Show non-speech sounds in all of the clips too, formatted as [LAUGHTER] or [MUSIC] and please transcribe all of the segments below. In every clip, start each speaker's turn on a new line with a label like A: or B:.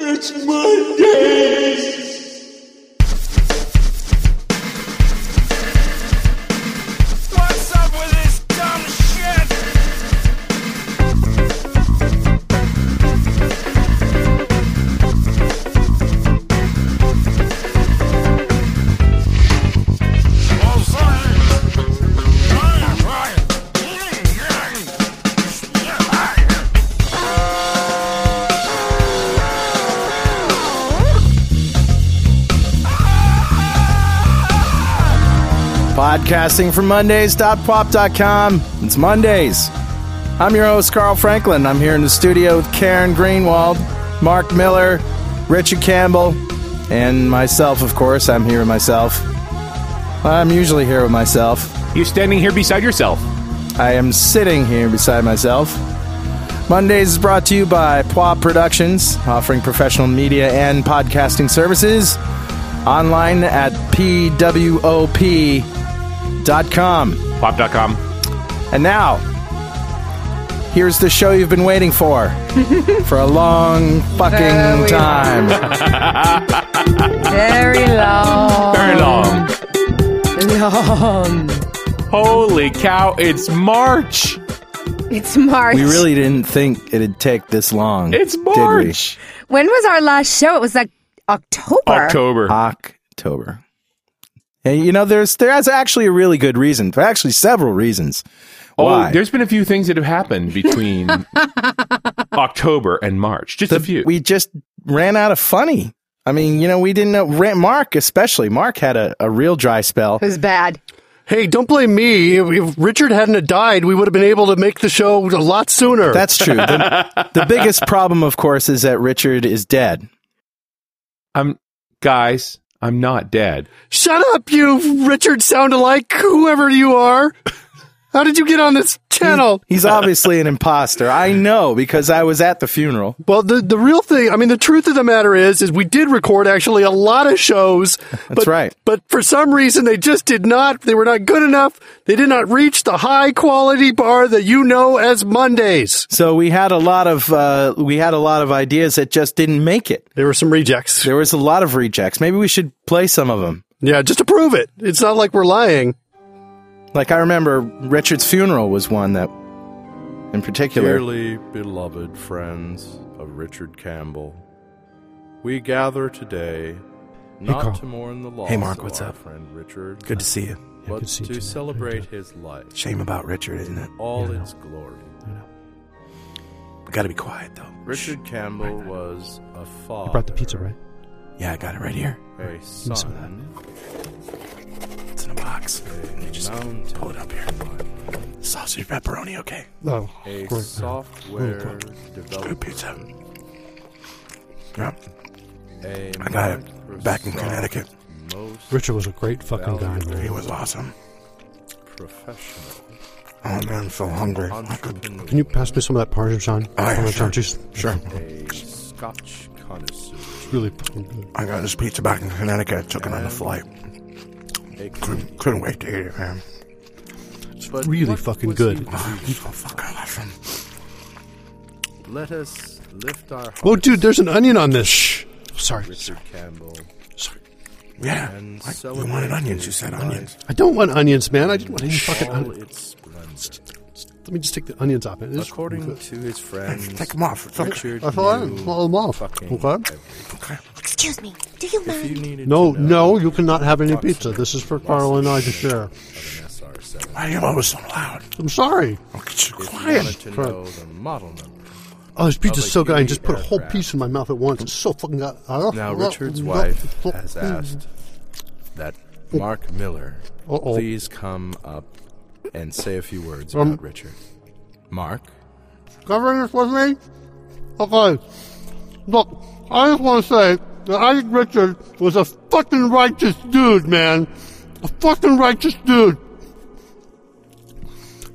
A: Rich Mondays.
B: What's up with this dumb shit?
C: Podcasting from Mondays.pop.com. It's Mondays. I'm your host, Carl Franklin. I'm here in the studio with Karen Greenwald, Mark Miller, Richard Campbell, and myself, of course. I'm here with myself. I'm usually here with myself.
D: You're standing here beside yourself.
C: I am sitting here beside myself. Mondays is brought to you by Pwa Productions, offering professional media and podcasting services online at pwop.com.
D: Pop.com.
C: And now, here's the show you've been waiting for for a long
E: There
C: fucking
E: we
C: time.
E: Very long.
D: Very long.
C: Uh-huh.
E: Long.
D: Holy cow, it's March.
E: It's March.
C: We really didn't think it'd take this long.
D: It's
C: did we?
D: March.
E: When was our last show? It was like October.
D: October.
C: October. And you know, there's there's actually a really good reason, but actually several reasons.
D: oh,
C: Why?
D: there's been a few things that have happened between
C: [LAUGHS]
D: October and March. Just a
C: The-
D: few.
C: We just ran out of funny. I mean, you know, we didn't know. Ra- Mark, especially, Mark had a, a real dry
E: [LAUGHS]
C: spell.
E: It was bad.
F: Hey, don't blame me. If, if Richard hadn't have died, we would have been able to make the show a lot sooner.
C: That's true. The, the biggest problem, of course, is that Richard is dead.
D: I'm guys, I'm not dead.
F: Shut up, you Richard sound alike, whoever you are. How did you get on this channel?
C: He's obviously an imposter. I know because I was at the funeral.
F: [LAUGHS] Well, the, the real thing, I mean, the truth of the matter is, is we did record actually a lot of shows. but,
C: right.
F: But for some reason, they just did not, they were not good enough. They did not reach the high quality bar that you know as Mondays.
C: So we had a lot of uh, we had a lot of ideas that just didn't make it.
F: There were some rejects.
C: There was a lot of rejects. Maybe we should play some of them.
F: Yeah, just to prove it. It's not like we're lying.
C: Like I remember Richard's funeral was one that in particular.
G: Dearly beloved friends of Richard Campbell, we gather today not
H: Carl.
G: to mourn the loss
H: Hey, Mark,
G: of
H: what's
G: our
H: up?
G: friend Richard,
H: Good to see you.
G: but to celebrate his life,
H: Shame about Richard, isn't it?
G: all its glory.
H: We gotta be quiet though.
G: Richard Campbell was a father,
H: I brought the pizza, right? Yeah, I got it right here.
G: a
H: me some of
G: son,
H: It's in a box. You just pull it up here. Sausage pepperoni, okay? Oh,
G: a software
H: good
G: developer,
H: pizza. Yeah,
G: a
H: I got it back in
G: Microsoft
H: Connecticut.
G: most
H: Richard was a great fucking guy, man. He was awesome.
G: professional.
H: Oh man, I'm so hungry. I could.
G: entrepreneur,
I: Can you pass me some of that Parmesan?
H: Oh, yeah,
I: Parmesan
H: sure.
I: cheese.
H: Sure.
G: a Scotch connoisseur,
I: It's really fucking good.
H: I got this pizza back in Connecticut. Took it on the flight.
G: a
H: Couldn't, couldn't wait to eat it, man.
G: But
I: really
G: what
I: fucking
G: was
I: good.
G: he
H: Oh, so fucking awesome.
G: Let us lift our hearts,
I: Whoa, Oh, dude, there's an onion on this. Oh,
H: Sorry.
G: Richard Campbell.
H: Yeah.
G: And
H: Ah, I, you
G: celebrate
H: wanted onions. You
G: his
H: said
G: life.
H: onions.
I: I don't want onions, man. I didn't want any fucking
G: All
I: onions.
G: its splendor.
I: Let me just take the onions off it. It's
G: According
I: good.
G: to his friends,
H: Take them off. It's okay.
G: Richard
I: I thought I
G: knew
I: swallowed them off.
G: fucking
I: Okay.
E: Excuse me. Do you
G: If you needed
I: No,
G: to know
I: no, you cannot have any
G: approximately
I: pizza. This is for
G: loss
I: Carl and I to
G: of
I: share.
G: SR7,
H: Why are you always so loud?
I: I'm sorry.
H: Oh, get you
G: if you
H: quiet.
G: wanted to know the model number.
I: Oh, this
G: Of
I: pizza's
G: a
I: so good. I just
G: UV
I: put a whole
G: aircraft.
I: piece in my mouth at once. It's so fucking good.
G: Now, Richard's wife has asked that Mark Miller
I: Uh-oh.
G: please come up and say a few words
I: Um,
G: about Richard. Mark,
I: Covering this with me? Okay. Look, I just want to say that I think Richard was a fucking righteous dude, man. A fucking righteous dude.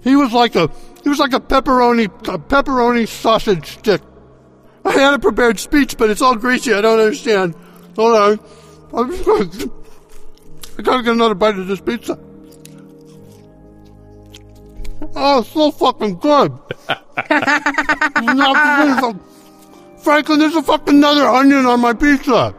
I: He was like a he was like a pepperoni a pepperoni sausage stick. I had a prepared speech, but it's all greasy. I don't understand. Hold on. I'm just going to, I gotta get another bite of this pizza.
G: uh,
I: Oh, it's so fucking good. Not- Franklin, there's a fucking another onion on my pizza.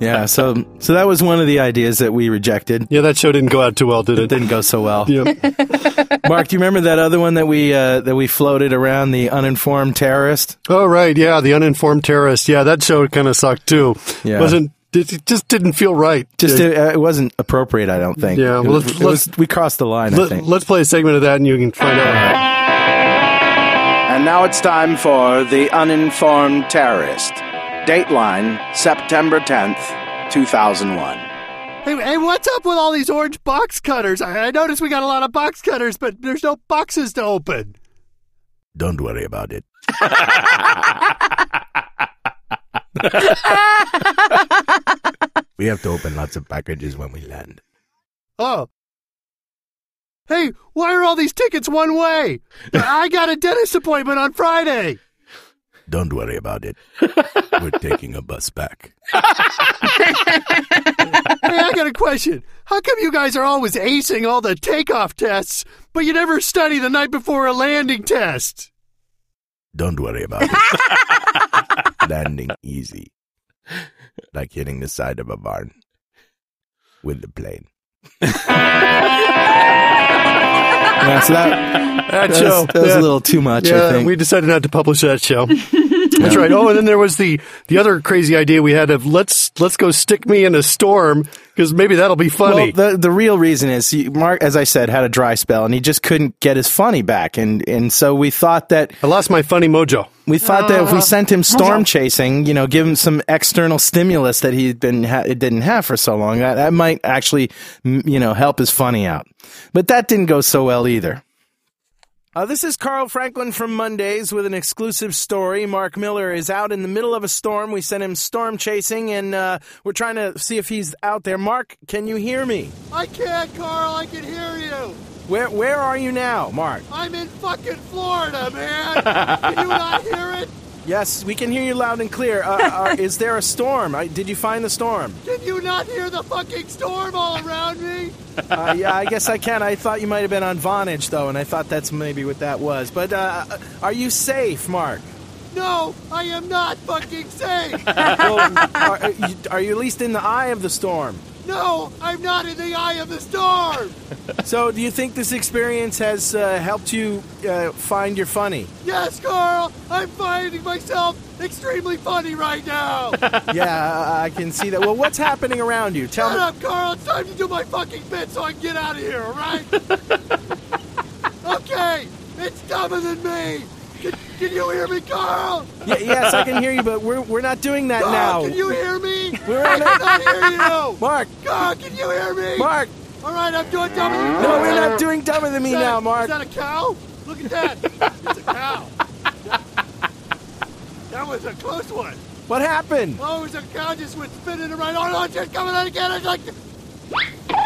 C: yeah, so so that was one of the ideas that we rejected.
F: Yeah, that show didn't go out too well, did it?
G: [LAUGHS]
C: didn't go so well.
F: Yeah. [LAUGHS]
C: Mark, do you remember that other one that we uh, that we floated around the uninformed terrorist?
F: Oh right, yeah, the uninformed terrorist. Yeah, that show kind of sucked too.
C: Yeah.
F: wasn't it it just didn't feel right.
C: Just
F: yeah,
C: it, uh, it wasn't appropriate, I don't think.
F: Yeah,
C: It
F: well,
C: was-
F: let's-
C: it was- we crossed the line, I
F: let,
C: think.
F: let's play a segment of that, and you can find out.
C: And now it's time for the uninformed terrorist. Dateline, September tenth, two thousand one.
G: Hey, hey, what's up with all these orange box cutters? I, I noticed we got a lot of box cutters, but there's no boxes to open.
H: Don't worry about it. we have to open lots of packages when we land.
G: Oh. Hey, why are all these tickets one way? I got a dentist appointment on Friday.
H: Don't worry about
G: [LAUGHS]
H: it. We're taking a bus back.
G: Hey, I got a question. How come you guys are always acing all the takeoff tests, but you never study the night before a landing test?
H: Don't worry about it. [LAUGHS] Landing easy. Like hitting the side of a barn with the plane.
C: Yeah, so that,
F: [LAUGHS] That
C: that,
F: show
C: was, that was
F: yeah.
C: a little too much, I
F: Yeah,
C: think.
F: we decided not to publish that show. That's right. Oh, and then there was the the other crazy idea we had of let's let's go stick me in a storm because maybe that'll be funny.
C: Well, the the real reason is he, Mark, as I said, had a dry spell and he just couldn't get his funny back, and and so we thought that
F: I lost my funny mojo.
C: we thought that if we sent him storm chasing, you know, give him some external stimulus that he'd been ha- didn't have for so long, that that might actually m- you know help his funny out. But that didn't go so well either. Uh, this is Carl Franklin from Mondays with an exclusive story. Mark Miller is out in the middle of a storm. We sent him storm chasing, and uh, we're trying to see if he's out there. Mark, can you hear me?
I: I can't, Carl. I can hear you.
C: Where where are you now, Mark?
I: I'm in fucking Florida, man. Can you not hear it?
C: Yes, we can hear you loud and clear.
I: [LAUGHS]
C: Uh, uh, is there a storm? I, did you find the storm?
I: Can you not hear the fucking storm all around me?
C: Uh, yeah, I guess I can. I thought you might have been on Vonage though, and I thought that's maybe what that was. But uh, are you safe, Mark?
I: No, I am not fucking safe.
C: [LAUGHS] Well, are, you, are you at least in the eye of the storm?
I: No, I'm not in the eye of the storm.
C: [LAUGHS] So, do you think this experience has uh, helped you uh, find your funny?
I: Yes, Carl, I'm finding myself extremely funny right now. Shut
C: Yeah, I, I can see that. Well, what's happening around you? Tell me.
I: up, Carl. It's time to do my fucking bit so I can get out of here, all right? okay, it's dumber than me. Can, can you hear me, Carl?
C: Y- yes, I can hear you, but we're we're not doing that
I: Carl,
C: now.
I: can you hear me?
C: We're
I: I
C: on it.
I: cannot hear you.
C: Mark,
I: Carl, can you hear me?
C: Mark.
I: All right, I'm doing dumber than
C: No, we're not doing dumber than me
I: Is that-
C: now, Mark.
I: Is that a cow? Look at that. it's a cow. That was a close one.
C: What happened?
I: Oh, it was a cow just went spinning around. Oh, no, it's just coming out again. It's like.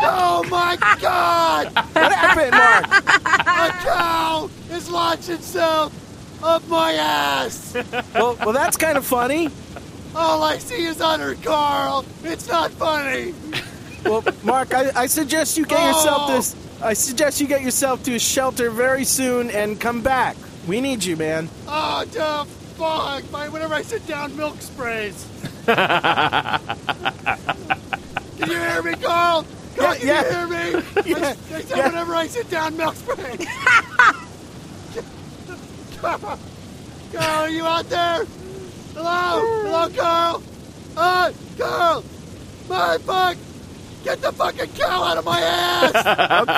I: Oh my god!
C: What happened, Mark?
I: A cow has launched itself up my ass!
C: Well, well, that's kind of funny.
I: All I see is utter Carl! It's not funny!
C: Well, Mark, I, I suggest you get yourself this.
I: Oh.
C: I suggest you get yourself to a shelter very soon and come back. We need you, man.
I: Oh, duh, fuck! My, whenever I sit down, milk
C: [LAUGHS]
I: sprays! Can you hear me, Carl? Carl,
C: Yeah,
I: can
C: yeah. [LAUGHS]
I: you hear me?
C: Yeah,
I: They said
C: yeah.
I: whenever I sit down, milk
C: [LAUGHS]
I: sprays. Carl, Carl, are you out there? Hello? Hello, Carl? Uh, Carl! My fuck! Get the fucking cow out of my ass!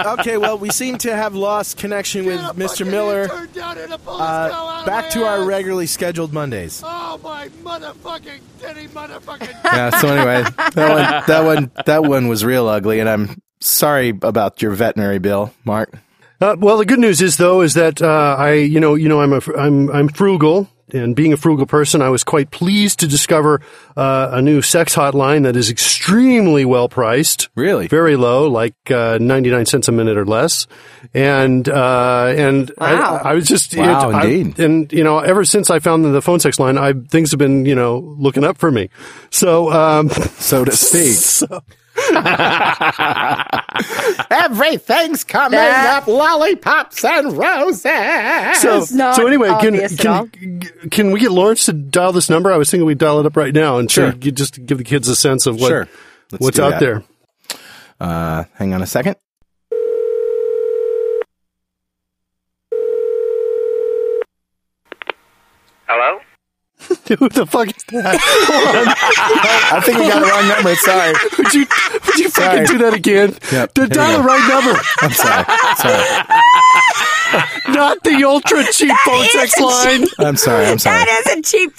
C: O- okay, well, we seem to have lost connection with
I: Get a
C: Mr.
I: fucking
C: Miller.
I: intern down here to pull this cow out
C: Uh,
I: of
C: back
I: my
C: to our
I: ass.
C: regularly scheduled Mondays.
I: Oh, my motherfucking titty motherfucking
C: [LAUGHS] Yeah. So anyway, that one, that one, that one was real ugly, and I'm sorry about your veterinary bill, Mark.
F: Uh, well, the good news is though is that uh, I, you know, you know, I'm a, fr- I'm I'm frugal, and being a frugal person, I was quite pleased to discover uh, a new sex hotline that is extremely well priced.
C: Really?
F: very low, like uh, 99 cents a minute or less, and uh, and
E: Wow.
F: I, I was just
C: Wow,
F: I-
C: indeed.
F: and you know, ever since I found the phone sex line, I [LAUGHS] things have been you know looking up for me. So, um,
C: So to speak.
F: so
J: Everything's coming
F: That-
J: up lollipops and roses.
F: So, so anyway, can, can, can we get Lawrence to dial this number? I was thinking we'd dial it up right now and
C: Sure.
F: sure. just to give the kids a sense of what,
C: Sure. Let's
F: what's
C: do
F: out
C: that.
F: there. [LAUGHS]
C: Uh, hang on a second.
K: Hello?
F: Who the fuck is that?
C: I think we got the wrong number. Sorry.
F: Would you, would you
C: Sorry.
F: fucking do that again?
C: Yep.
F: To
C: Here we
F: dial the
C: go.
F: right number.
C: I'm sorry. Sorry.
F: Not the ultra cheap phone
E: That is
F: sex
E: a
F: line.
E: [LAUGHS] cheap-
C: I'm sorry. I'm sorry.
E: That is a cheap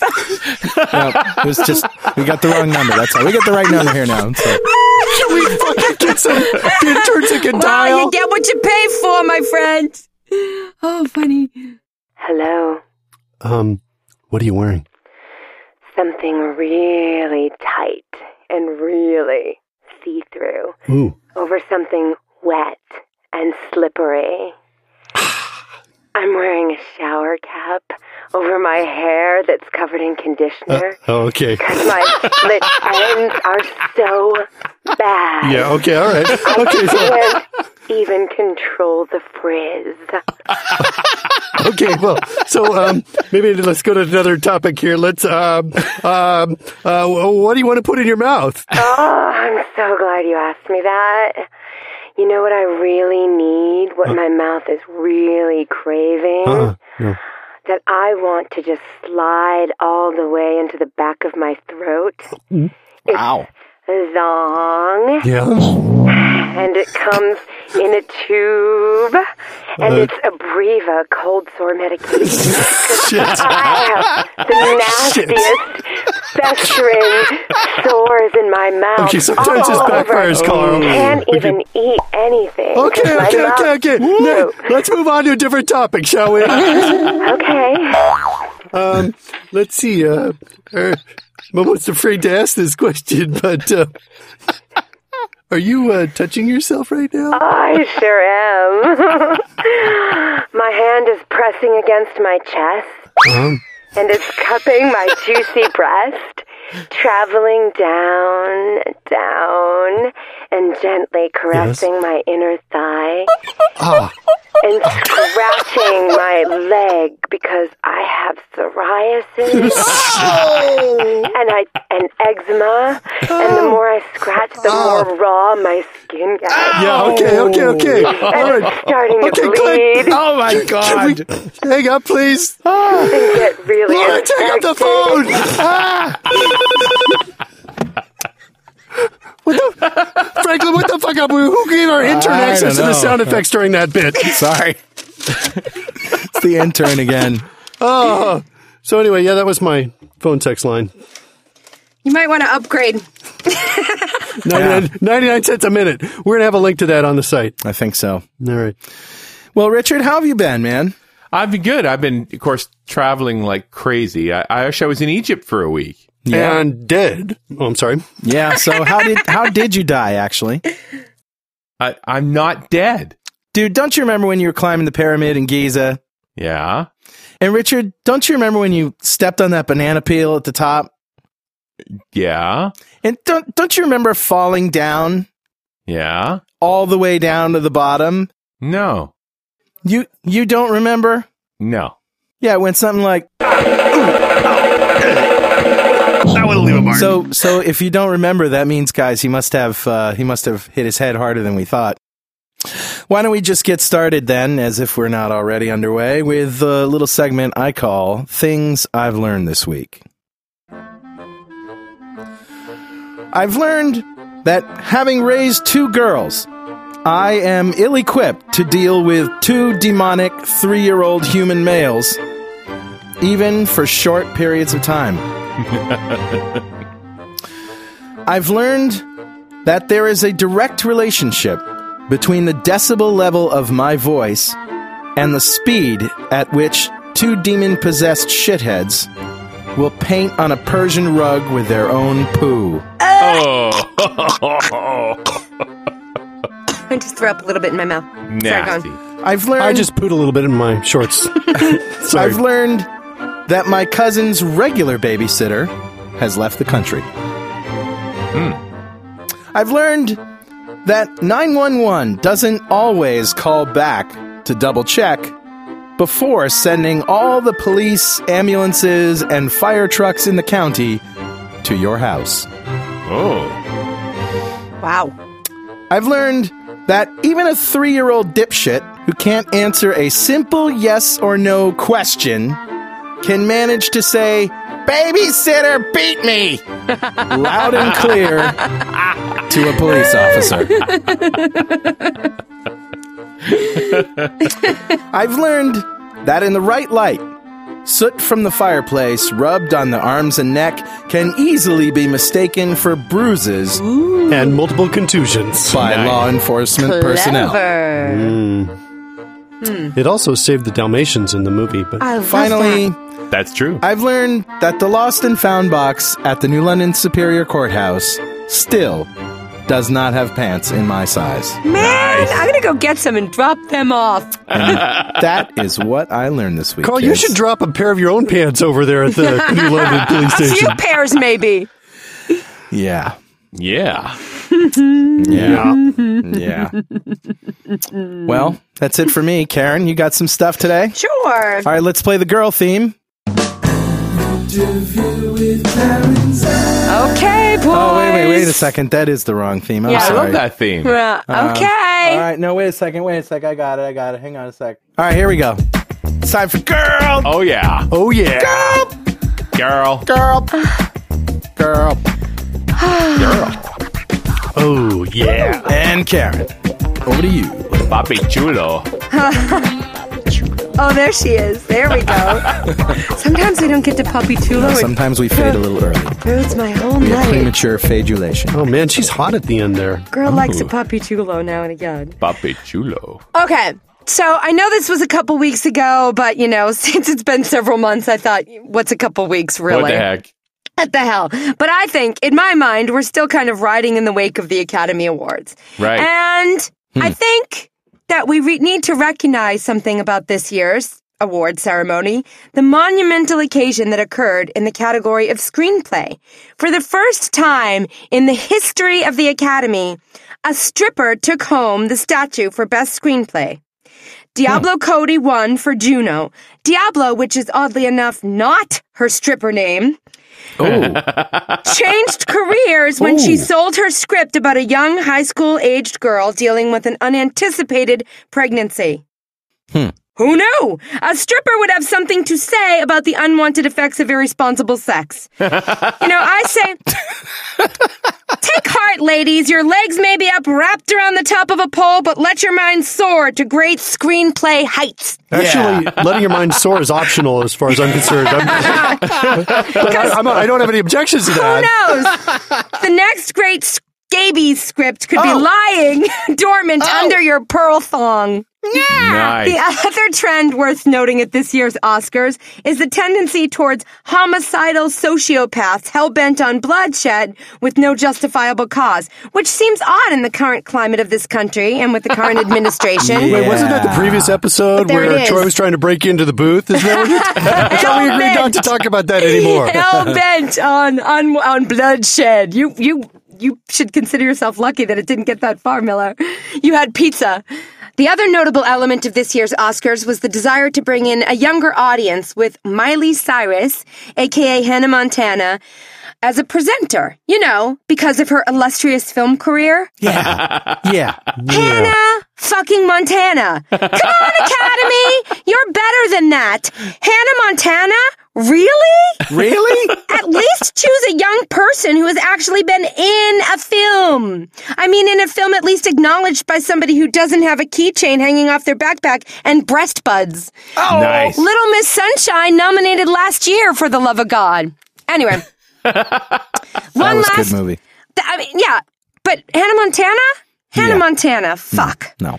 C: Nope. It was just we got the wrong number. That's all. We got the right number here now. So,
F: Can
E: [LAUGHS]
F: we fucking get some interns that can
E: Well,
F: dial?
E: you get what you pay for, my friend. Oh, funny.
L: Hello.
F: Um, what are you wearing?
L: Something really tight and really see through
F: Ooh.
L: over something wet and
F: [SIGHS]
L: slippery. I'm wearing a shower cap over my hair that's covered in conditioner
F: Oh, okay.
L: because [LAUGHS] my lit ends are so bad.
F: Yeah, okay, all right.
E: [LAUGHS]
F: Okay, so,
L: I can't even control the frizz.
F: okay, well, so um, maybe let's go to another topic here. Let's, um, um, uh, what do you want to put in your mouth?
L: Oh, I'm so glad you asked me that. You know what I really need, what my mouth is really craving?
F: Uh-huh,
L: That I want to just slide all the way into the back of my throat.
C: Wow.
L: Zong.
F: Yeah.
L: And it comes in a tube. And
F: Uh.
L: it's a Breva cold sore
F: [LAUGHS]
L: medication.
F: Shit.
L: I have the nastiest, festering sores in my mouth.
F: Okay, sometimes
L: all
F: this backfires,
L: over.
F: Carl.
L: Can't
F: Okay.
L: even eat anything.
F: Okay,
L: My
F: okay,
L: mouth-
F: okay, okay. No, let's move on to a different topic, shall [LAUGHS] we?
L: okay.
F: Um, let's see. Uh, uh, I'm almost afraid to ask this question, but uh, are you uh, touching yourself right now?
L: I sure am. [LAUGHS] my hand is pressing against my chest
F: Um,
L: and it's cupping my juicy breast, traveling down, down, and gently caressing my inner thigh.
F: ah,
L: and scratching my leg because I have psoriasis and I and eczema, and the more I scratch, the more raw my skin gets.
F: yeah, okay, okay, okay. All
L: And
F: right.
L: it's starting
F: Okay,
L: to
F: Clint.
L: bleed.
F: Oh, my
L: Can-
F: God. Hang up, please. Ah,
L: Can get really
F: Lawrence, hang up the
L: infected.
F: phone. Ah. What the, Franklin, what the fuck up? Who gave our intern
C: I
F: access to
C: don't
F: the
C: know.
F: sound effects during that bit?
C: [LAUGHS] sorry. it's the intern again.
F: Oh. So anyway, yeah, that was my phone text line.
E: You might want to upgrade.
F: 99, 99 cents a minute. We're going to have a link to that on the site.
C: I think so.
F: All right.
C: Well, Richard, how have you been, man?
D: I've been good. I've been, of course, traveling like crazy. I, I wish I was in Egypt for a week.
F: And dead. Oh, I'm sorry.
C: Yeah. So how did how did you die? Actually,
D: I, I'm not dead,
C: dude. Don't you remember when you were climbing the pyramid in Giza?
D: Yeah.
C: And Richard, don't you remember when you stepped on that banana peel at the top?
D: Yeah.
C: And don't don't you remember falling down
D: Yeah.
C: all the way down to the bottom?
D: No.
C: You you don't remember?
D: No.
C: Yeah, it went something like
G: That would leave a mark.
C: So, so if you don't remember, that means, guys, he must have uh, he must have hit his head harder than we thought. Why don't we just get started then, as if we're not already underway, with a little segment I call "Things I've Learned This Week." I've learned that having raised two girls, I am ill-equipped to deal with two demonic three-year-old human males, even for short periods of
F: [LAUGHS]
C: time. I've learned that there is a direct relationship between the decibel level of my voice and the speed at which two demon possessed shitheads will paint on a Persian rug with their own poo.
D: Oh.
E: I just threw up a little bit in my mouth. Sorry, go on.
C: I've learned.
F: I just pooed a little bit in my
C: [LAUGHS]
F: shorts. Sorry.
C: I've learned that my cousin's regular babysitter has left the country. I've learned that 911 doesn't always call back to double check before sending all the police, ambulances, and fire trucks in the county to your house.
D: Oh.
C: Wow. I've learned that even a three year old dipshit who can't answer a simple yes or no question can manage to say, Babysitter beat me! loud and clear to a police officer. I've learned that in the right light, soot from the fireplace rubbed on the arms and neck can easily be mistaken for bruises
F: and multiple contusions
C: by law enforcement personnel.
F: Mm. It also saved the Dalmatians in the movie, but
C: I love Finally-
D: That's true.
C: I've learned that the lost and found box at the New London Superior Courthouse still does not have pants in my size.
E: Man, I'm gonna go get some and drop them off.
C: [LAUGHS] And that
F: [LAUGHS]
C: is what I learned this week.
F: Carl, you
C: kids.
F: should drop a pair of your own pants over there at
E: [LAUGHS]
F: the New London Police
E: A few
F: Station.
E: pairs, maybe.
C: Yeah.
D: Yeah.
C: Yeah. Yeah.
F: Mm-hmm.
C: Well, that's it for me. Karen, you got some stuff today?
E: Sure.
C: All right, let's play the girl theme.
E: Okay, boys.
C: Oh, wait, wait, wait a second. That is the wrong theme. I'm
E: Yeah. I love
C: sorry.
D: that theme.
E: Yeah,
C: Um,
E: okay.
C: all right, no, wait a second. Wait a sec. I got it. I got it. Hang on a sec. All right, here we go. It's time for girl.
D: Oh yeah.
F: Oh yeah.
D: Girl.
C: Girl. Girl.
D: Girl.
F: Oh yeah.
C: And Karen. Over to you.
D: Papi chulo.
E: Oh, there she is. There we
C: [LAUGHS]
E: go. Sometimes we don't get to Puppy Tulo.
C: Sometimes we fade a little early.
E: It ruins my whole
C: We have
E: night.
C: premature fadulation.
F: Oh man, she's hot at the end there.
E: Girl likes a Puppy Tulo now and again.
D: Papi chulo.
E: Okay. So I know this was a couple weeks ago, but you know, [LAUGHS] since it's been several months, I thought, what's a couple weeks really?
D: What the heck?
E: What the hell? But I think, in my mind, we're still kind of riding in the wake of the Academy Awards.
D: Right.
E: And I think that we re- need to recognize something about this year's award ceremony the monumental occasion that occurred in the category of screenplay. For the first time in the history of the Academy, a stripper took home the statue for Best Screenplay. Diablo Cody won for Juno. Diablo, which is oddly enough not her stripper name, changed careers when she sold her script about a young high school aged girl dealing with an unanticipated pregnancy. Who knew? A stripper would have something to say about the unwanted effects of irresponsible sex. you know, I say, take heart, ladies. Your legs may be up wrapped around the top of a pole, but let your mind soar to great screenplay heights.
F: Actually,
E: [LAUGHS]
F: letting your mind soar is optional as far as I'm concerned. I'm,
E: [LAUGHS]
F: but I, I'm, I don't have any objections to
E: Who
F: that.
E: knows? the next great scabies script could be lying [LAUGHS] dormant under your pearl thong.
D: Nice.
E: The other trend worth noting at this year's Oscars is the tendency towards homicidal sociopaths hell bent on bloodshed with no justifiable cause, which seems odd in the current climate of this country and with the current administration.
F: Wait, wasn't that the previous episode
E: There it
F: where
E: is.
F: Troy was trying to break into the booth?
E: [LAUGHS]
F: Is that what I thought we agreed not to talk about that anymore.
E: hell bent on, on on bloodshed. You you you should consider yourself lucky that it didn't get that far, Miller. You had pizza. The other notable element of this year's Oscars was the desire to bring in a younger audience with Miley Cyrus, aka Hannah Montana, as a presenter. You know, because of her illustrious film career.
C: Yeah. [LAUGHS]
E: Hannah fucking Montana. Come on, Academy! You're better than that. Hannah Montana? Really?
C: Really?
E: At least choose a young person who has actually been in a film. I mean, in a film at least acknowledged by somebody who doesn't have a keychain hanging off their backpack and breast buds.
D: Nice.
E: Little Miss Sunshine nominated last year for The Love of God. Anyway.
C: [LAUGHS] That
E: One
C: was a
E: last.
C: good movie.
E: th- I mean, yeah. But Hannah Montana? Hannah
C: Yeah.
E: Montana. Fuck.
C: No.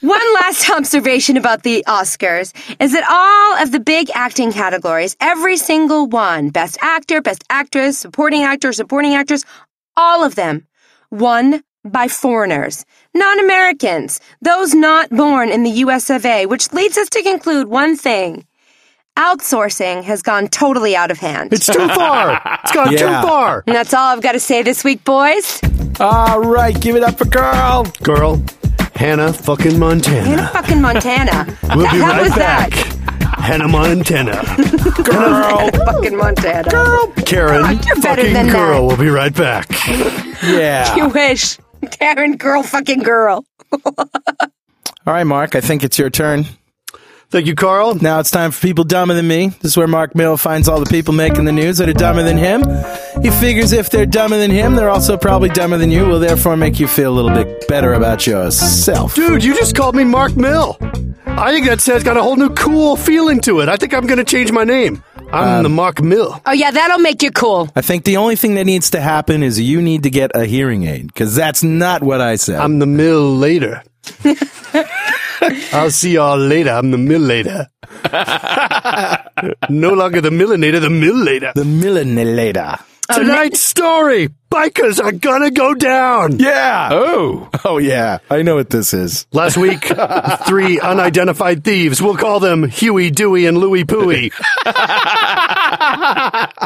E: One last observation about the Oscars is that all of the big acting categories, every single one, best actor, best actress, supporting actor, supporting actress, all of them won by foreigners, non Americans, those not born in the US of A, which leads us to conclude one thing outsourcing has gone totally out of hand.
F: It's too far. It's gone
C: Yeah.
F: too far.
E: and that's all I've got to say this week, boys.
C: All right, give it up for Carl.
F: Girl, Hannah fucking Montana.
E: Hannah fucking Montana.
F: We'll
E: the
F: be
E: hell
F: right
E: was
F: back. Hannah Montana.
E: that? Hannah fucking Montana. Girl.
F: Karen
E: You're better
F: fucking
E: than that.
F: girl. We'll be right back.
C: Yeah.
E: [LAUGHS] You wish. Karen, girl, fucking girl.
C: All right, Mark, I think it's your turn.
F: Thank you, Carl.
C: Now it's time for People Dumber Than Me. This is where Mark Mill finds all the people making the news that are dumber than him. He figures if they're dumber than him, they're also probably dumber than you, will therefore make you feel a little bit better about yourself.
F: Dude, you just called me Mark Mill. I think that says got a whole new cool feeling to it. I think I'm going to change my name. I'm the Mark Mill.
E: Oh, yeah, that'll make you cool.
C: I think the only thing that needs to happen is you need to get a hearing aid, because that's not what I said.
F: I'm the Mill later. I'll see y'all later. I'm the Mill later. [LAUGHS] no longer the Millinator, the Mill later.
C: The millinator.
E: Oh,
F: Tonight's story bikers are going to go down.
C: Yeah.
D: Oh.
C: Oh, yeah. I know what this is. [LAUGHS]
F: Last week, three unidentified thieves, we'll call them Huey, Dewey, and Louie
C: [LAUGHS]
F: Pooey,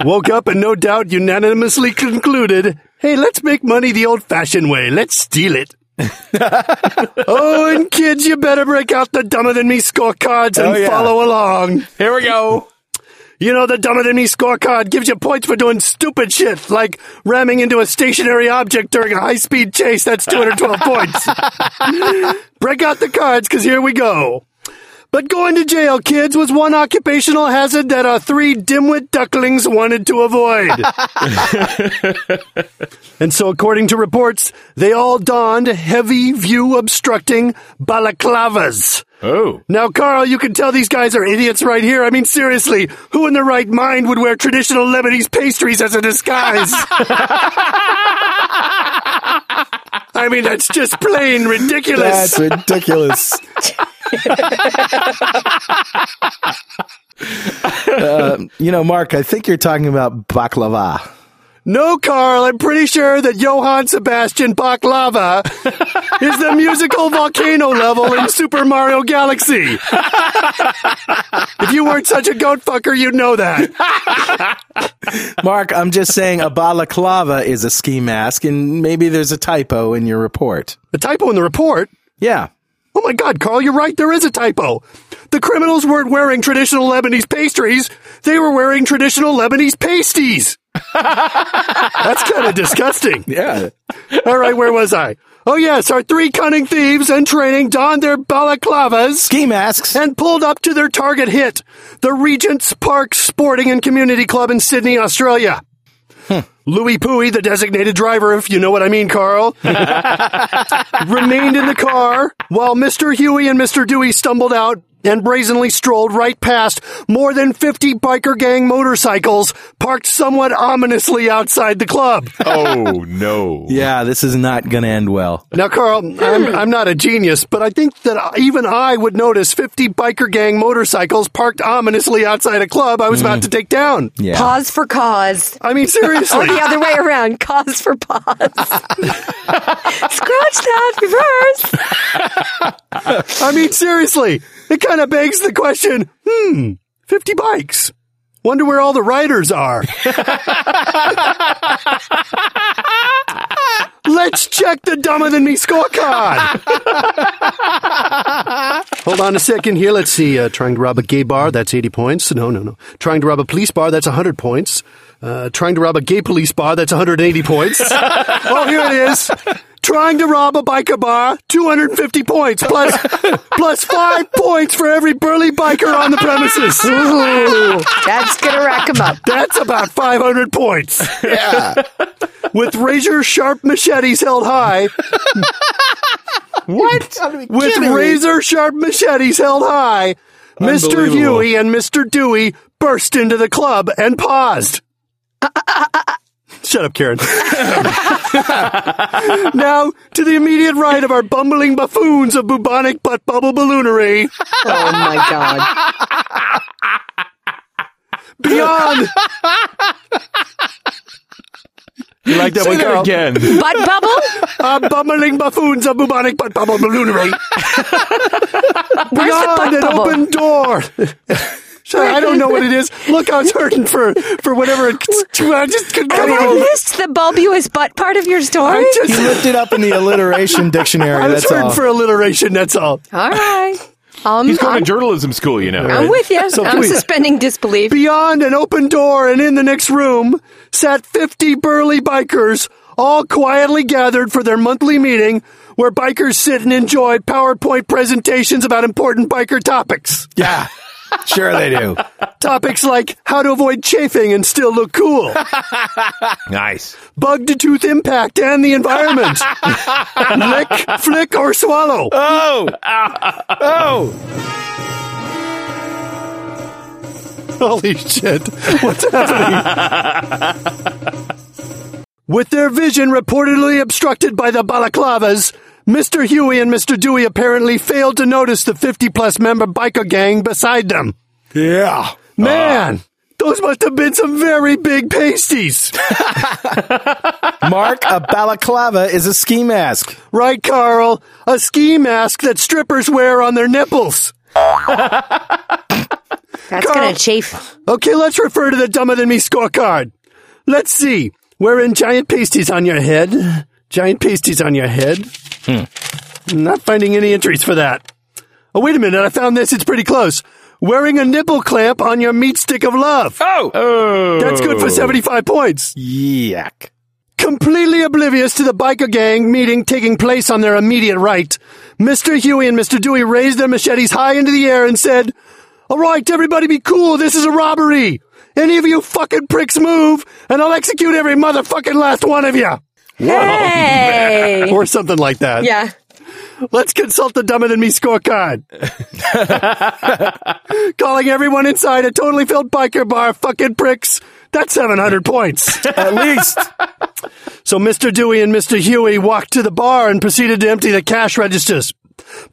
F: woke up and no doubt unanimously concluded hey, let's make money the old fashioned way. Let's
C: [LAUGHS]
F: steal it. oh, and kids, you better break out the Dumber Than Me scorecards and
C: Oh, yeah.
F: follow along.
D: Here we go.
F: You know, the Dumber Than Me scorecard gives you points for doing stupid shit, like ramming into a stationary object during a high speed chase. That's 212 points. Break out the cards, because here we go. But going to jail, kids, was one occupational hazard that our three dimwit ducklings wanted to avoid. and so, according to reports, they all donned heavy view obstructing balaclavas.
D: Oh.
F: Now, Carl, you can tell these guys are idiots right here. I mean, seriously, who in their right mind would wear traditional Lebanese pastries as a disguise? I mean, that's just plain ridiculous.
C: That's ridiculous. Um, you know, Mark, I think you're talking about baklava.
F: No, Carl, I'm pretty sure that Johann Sebastian Baklava is the musical volcano level in Super Mario Galaxy. if you weren't such a goat fucker, you'd know that.
C: Mark, I'm just saying a balaclava is a ski mask, and maybe there's a typo in your report.
F: The typo in the report
C: Yeah.
F: Oh my God, Carl, you're right. There is a typo. The criminals weren't wearing traditional Lebanese pastries. They were wearing traditional Lebanese pasties. That's kind of disgusting.
C: Yeah.
F: All right, where was I? Oh, yes, our three cunning thieves in training donned their balaclavas
C: Ski
F: [LAUGHS]
C: masks.
F: and pulled up to their target hit, the Regent's Park Sporting and Community Club in Sydney, Australia. Louis Pooey, the designated driver, if you know what I mean, Carl, remained in the car while Mr. Huey and Mr. Dewey stumbled out and brazenly strolled right past more than 50 biker gang motorcycles parked somewhat ominously outside the club.
D: Oh no.
C: Yeah, this is not going to end well.
F: Now, Carl, I'm, I'm not a genius, but I think that even I would notice 50 biker gang motorcycles parked ominously outside a club I was about to take down.
C: Yeah.
E: Pause for cause.
F: I mean,
E: Or [LAUGHS]
F: seriously.
E: the other way around. Cause for [LAUGHS] pause. Scratch that. Reverse.
F: I mean, seriously. It kind of begs the question hmm, 50 bikes. Wonder where all the riders are. Let's check the dumber than me scorecard. Hold on a second here. Let's see. Uh, trying to rob a gay bar, that's 80 points. No, no, no. Trying to rob a police bar, that's 100 points. Uh, trying to rob a gay police bar, that's 180 points. oh, here it is. Trying to rob a biker bar, 250 points, plus, plus five points for every burly biker on the premises. [LAUGHS]
E: That's going to rack him up.
F: That's about 500 points. Yeah. With razor sharp machetes held high. what? With razor sharp machetes held high, Mr.
D: Unbelievable.
F: Huey and Mr. Dewey burst into the club and paused. Shut up, Karen. [LAUGHS] now, to the immediate right of our bumbling buffoons of bubonic butt bubble balloonery.
E: Oh my God.
F: Beyond. you like that
D: Say
F: one,
D: that
F: Carl?
D: again.
E: Butt bubble?
F: Our bumbling buffoons of bubonic butt bubble balloonery.
E: Where's the
F: Beyond
E: butt
C: [LAUGHS]
F: an
E: bubble?
F: open door. Sorry, I don't know what it is. Look, I was hurting for for whatever. It, I just couldn't come
E: Have
F: up
E: I
F: with-
E: missed the bulbous butt part of your story?
C: He looked it up in the alliteration dictionary.
F: I was
C: that's
F: hurting
C: all.
F: for alliteration. That's all.
E: All right. Um,
D: He's going
E: I'm,
D: to journalism school, you know.
E: I'm with you.
F: So
E: I'm
F: please.
E: suspending disbelief.
F: Beyond an open door and in the next room sat 50 burly bikers, all quietly gathered for their monthly meeting where bikers sit and enjoy PowerPoint presentations about important biker topics.
C: Yeah. Sure they do.
F: topics like how to avoid chafing and still look cool,
D: Nice.
F: bug to tooth impact and
D: [LAUGHS]
F: the environment, lick, flick, or swallow.
D: Oh. Oh.
F: Holy shit. What's happening? With their vision reportedly obstructed by the balaclavas, Mr. Huey and Mr. Dewey apparently failed to notice the 50 plus member biker gang beside them.
C: Yeah.
F: Man, those must have been some very big pasties.
C: Mark, a balaclava is a ski mask.
F: right, Carl? A ski mask that strippers wear on their nipples.
E: That's
F: Carl.
E: gonna chafe.
F: Okay, let's refer to the dumber than me scorecard. Let's see. Wearing giant pasties on your head. Giant pasties on your head. Not finding any entries for that. Oh, wait a minute. I found this. It's pretty close. Wearing a nipple clamp on your meat stick of love.
D: Oh. Oh.
F: That's good for 75 points.
C: Yuck.
F: Completely oblivious to the biker gang meeting taking place on their immediate right, Mr. Huey and Mr. Dewey raised their machetes high into the air and said, All right, everybody be cool. This is a robbery. Any of you fucking pricks move, and I'll execute every motherfucking last one of you. [LAUGHS]
E: Hey.
F: Or something like that.
E: yeah.
F: Let's consult the Dumber Than Me scorecard. [LAUGHS] Calling everyone inside a totally filled biker bar fucking pricks. That's 700 points.
C: At least.
F: So Mr. Dewey and Mr. Huey walked to the bar and proceeded to empty the cash registers.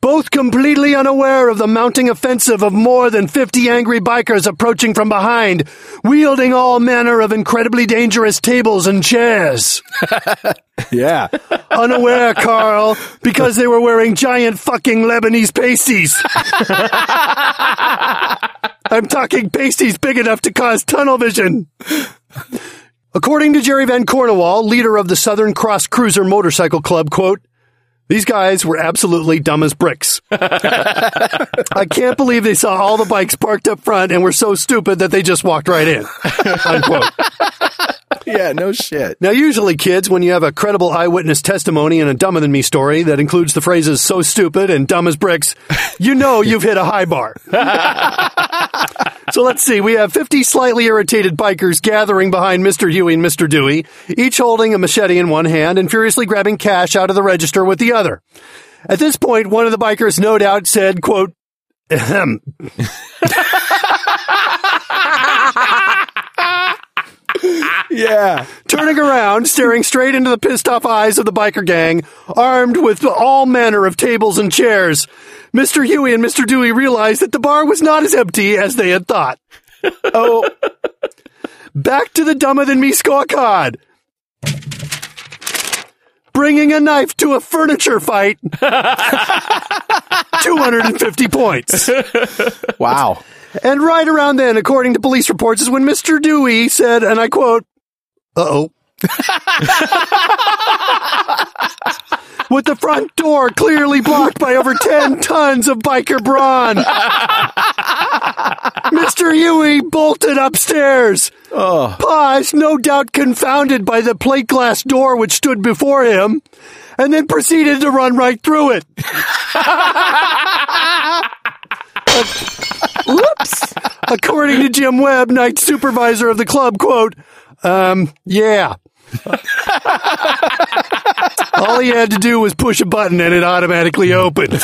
F: Both completely unaware of the mounting offensive of more than 50 angry bikers approaching from behind, wielding all manner of incredibly dangerous tables and chairs.
C: Yeah.
F: Unaware, Carl, because they were wearing giant fucking Lebanese pasties. I'm talking pasties big enough to cause tunnel vision. According to Jerry Van Cornwall, leader of the Southern Cross Cruiser Motorcycle Club, quote, these guys were absolutely dumb as bricks. [LAUGHS] I can't believe they saw all the bikes parked up front and were so stupid that they just walked right in. Unquote.
C: Yeah, no shit.
F: Now, usually, kids, when you have a credible eyewitness testimony and a dumber than me story that includes the phrases so stupid and dumb as bricks, you know you've hit a high bar. so let's see. We have 50 slightly irritated bikers gathering behind Mr. Huey and Mr. Dewey, each holding a machete in one hand and furiously grabbing cash out of the register with the other. At this point, one of the bikers no doubt said, quote, ahem.
C: Yeah.
F: Turning around, staring straight into the pissed off eyes of the biker gang, armed with all manner of tables and chairs, Mr. Huey and Mr. Dewey realized that the bar was not as empty as they had thought.
C: Oh,
F: Back to the dumber than me scorecard. Bringing a knife to a furniture fight. [LAUGHS] 250 points.
C: wow.
F: And right around then, according to police reports, is when Mr. Dewey said, and I quote, uh oh. [LAUGHS] With the front door clearly blocked by over 10 tons of biker brawn. [LAUGHS] Mr. Huey bolted upstairs. Paused, no doubt confounded by the plate glass door which stood before him, and then proceeded to run right through it.
E: Oops.
F: According to Jim Webb, night supervisor of the club, quote, um, yeah. [LAUGHS] All he had to do was push a button and it automatically opened. [LAUGHS]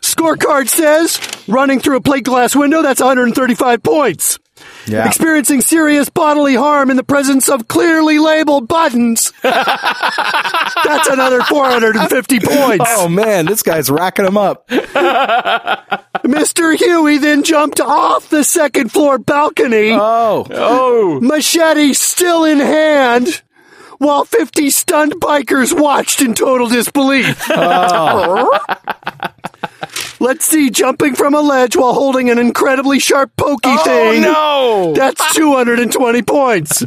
F: Scorecard says running through a plate glass window, that's 135 points.
C: Yeah.
F: Experiencing serious bodily harm in the presence of clearly labeled buttons, [LAUGHS] that's another 450 points.
C: Oh man, this guy's racking them up.
F: Mr. Huey then jumped off the second floor balcony,
G: Uh.
C: Oh,
F: machete still in hand, while 50
G: Uh.
F: stunned bikers watched in total disbelief. [LAUGHS] Let's see, jumping from a ledge while holding an incredibly sharp pokey
G: Oh,
F: thing.
G: no. Ah.
F: That's 220
G: [LAUGHS]
F: points.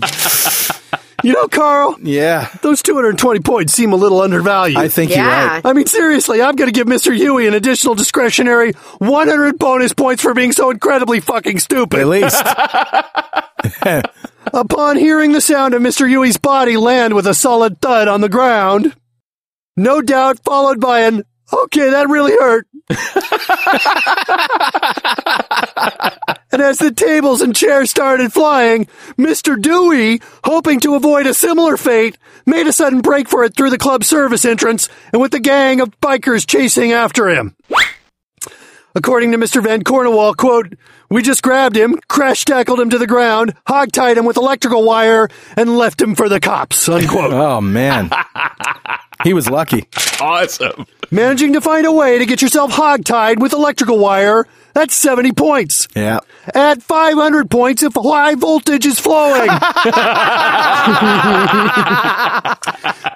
F: You know, Carl.
C: Yeah.
F: Those 220 points seem a little undervalued.
C: I think you're Yeah. right.
F: I mean, seriously, I'm going to give Mr. Huey an additional discretionary 100 bonus points for being so incredibly fucking stupid.
C: At
G: [LAUGHS]
C: least.
F: Upon hearing the sound of Mr. Huey's body land with a solid thud on the ground, no doubt followed by an, okay, that really hurt. and as the tables and chairs started flying, Mr. Dewey, hoping to avoid a similar fate, made a sudden break for it through the club service entrance and with the gang of bikers chasing after him. According to Mr. Van Cornewall, quote, we just grabbed him, crash tackled him to the ground, hogtied him with electrical wire, and left him for the cops, unquote.
C: oh, man. He was lucky.
D: Awesome.
F: Managing to find a way to get yourself hogtied with electrical wire, that's 70 points.
C: Yeah.
F: Add 500 points if high voltage is flowing.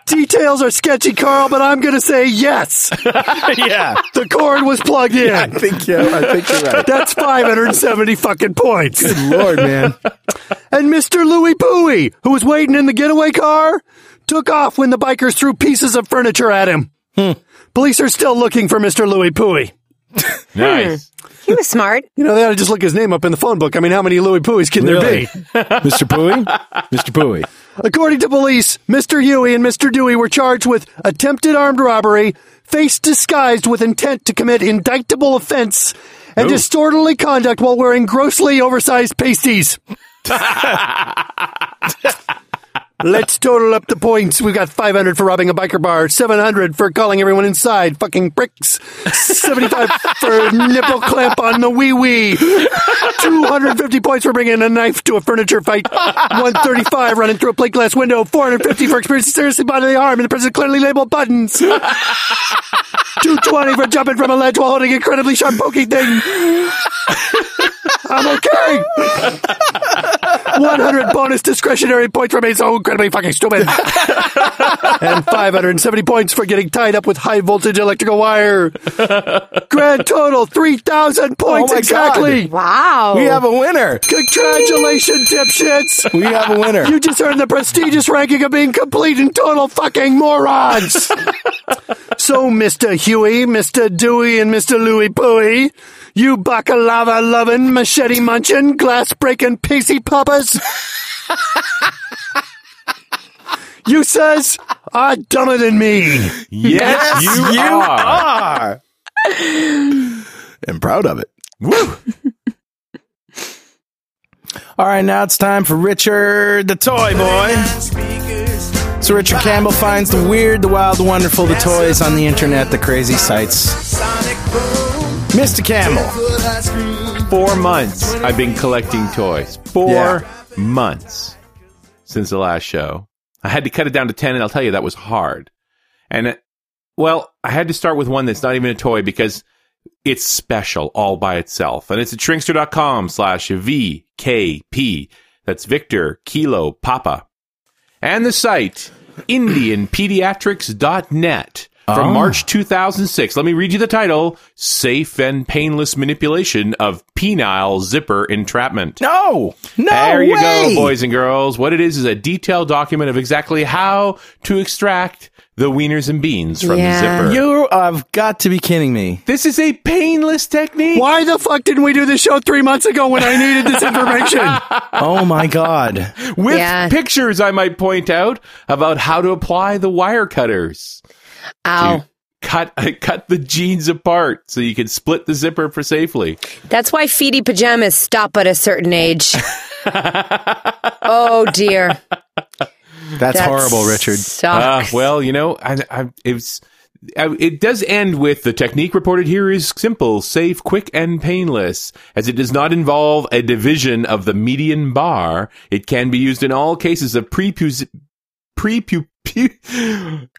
F: Details are sketchy, Carl, but I'm going to say yes.
G: Yeah.
F: The cord was plugged in.
G: Yeah, I think you- I think you're right.
F: That's 570 fucking points.
G: Good lord, man.
F: And Mr. Louis Bowie, who was waiting in the getaway car, took off when the bikers threw pieces of furniture at him. Police are still looking for Mr. Louis Bowie.
D: Nice.
F: He was smart. You know, they ought to just look his name up in the phone book. I mean, how many Louis Pooies can
C: Really?
F: there be?
C: Mr. Pooey? Mr. Pooey.
F: According to police, Mr. Huey and Mr. Dewey were charged with attempted armed robbery, face disguised with intent to commit indictable offense, and disorderly conduct while wearing grossly oversized pasties. Let's total up the points. We've got 500 for robbing a biker bar, 700 for calling everyone inside fucking bricks, 75 for nipple clamp on the wee wee, 250 points for bringing a knife to a furniture fight, 135 running through a plate glass window, 450 for experiencing seriously bodily harm in the presence of clearly labeled buttons, 220 for jumping from a ledge while holding an incredibly sharp poking thing. I'm okay. 100 bonus discretionary points for being so incredibly fucking stupid. and 570 points for getting tied up with high voltage electrical wire. Grand total 3,000 points
C: Oh my
F: exactly.
C: God. Wow. We have a winner.
F: Congratulations, dipshits.
C: We have a winner.
F: You just earned the prestigious ranking of being complete and total fucking morons. so, Mr. Huey, Mr. Dewey, and Mr. Louie Pooey, you baklava loving, machete munching, glass breaking, pacey poppers. you says are dumber than me.
D: Yes, you are.
C: and proud of it. Woo! All right, now it's time for Richard the Toy Boy. So Richard Campbell finds the weird, the wild, the wonderful, the toys on the internet, the crazy sites. Mr. Campbell.
D: Four months I've been collecting toys. Four
C: Yeah.
D: months since the last show. I had to cut it down to 10, and I'll tell you, that was hard. And, it- well, I had to start with one that's not even a toy because it's special all by itself. And it's at shrinkster.com slash VKP. That's Victor Kilo Papa. And the site, IndianPediatrics.net. From
K: Oh.
D: March 2006. Let me read you the title Safe and Painless Manipulation of Penile Zipper Entrapment.
C: No! No!
D: There you
C: way!
D: go, boys and girls. What it is is a detailed document of exactly how to extract the wieners and beans from the zipper.
C: You have got to be kidding me.
D: This is a painless technique.
F: Why the fuck didn't we do this show three months ago when I needed this information?
C: oh
E: [LAUGHS]
C: my god.
D: With pictures, I might point out, about how to apply the wire cutters.
E: Ow.
F: Oh.
D: To cut [LAUGHS] cut the jeans apart so you can split the zipper for safely.
E: That's why feety pajamas stop at a certain
F: [LAUGHS]
E: age. oh dear.
C: That's
E: That
C: horrible, Richard.
F: Oh, Ah,
E: sucks.
D: Uh, well, you know, I, I, it's, I, it does end with the technique reported here is simple, safe, quick, and painless. As it does not involve a division of the median bar, it can be used in all cases of prepus. Prepu- pu-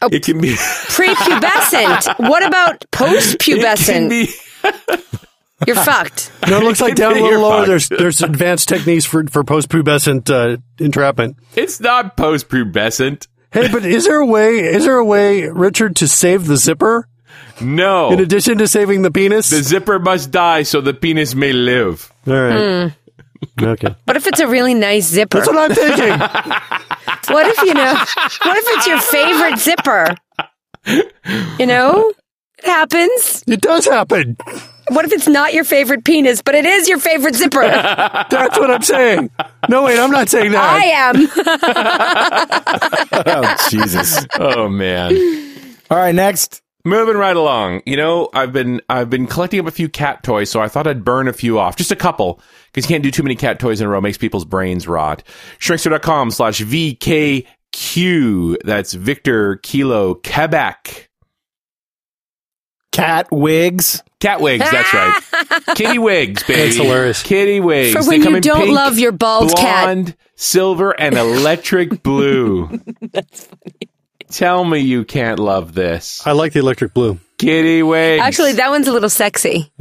F: Oh,
D: it can be [LAUGHS]
E: Prepubescent. what about
D: It can
E: postpubescent?
D: be-
E: You're fucked.
F: [LAUGHS] No, it looks like down a
D: You're
F: little lower.
D: fucked.
F: There's there's advanced techniques for for post pubescent uh, entrapment.
D: It's not postpubescent.
F: Hey, but is there a way? Is there a way, Richard, to save the zipper?
D: No.
F: In addition to saving the penis?
D: The zipper must die so the penis may live.
F: All
E: Hmm.
F: Okay.
E: What if it's a really nice zipper?
F: That's what I'm thinking.
E: what if you know? What if it's your favorite zipper? You know, it happens.
F: It does happen.
E: What if it's not your favorite penis, but it is your favorite zipper?
F: That's what I'm saying. No, wait, I'm not saying that.
E: I
F: [LAUGHS]
E: am.
D: oh, Jesus. [LAUGHS] Oh man.
C: All right, next.
D: Moving right along. You know, I've been I've been collecting up a few cat toys, so I thought I'd burn a few off, just a couple, because you can't do too many cat toys in a row. Makes people's brains rot. Shrinkster.com slash VKQ. That's Victor Kilo Quebec.
C: Cat wigs.
D: Cat wigs,
E: [LAUGHS]
D: that's right. Kitty wigs, baby.
F: That's hilarious.
D: Kitty wigs.
E: For
D: They
E: when
D: come
E: you
D: in
E: don't
D: pink,
E: love your bald cat.
D: blonde, silver, and
E: [LAUGHS]
D: electric blue. That's funny. Tell me you can't love this.
F: I like the electric blue.
D: Kitty wigs.
E: Actually,
D: [LAUGHS]
E: that one's a little sexy.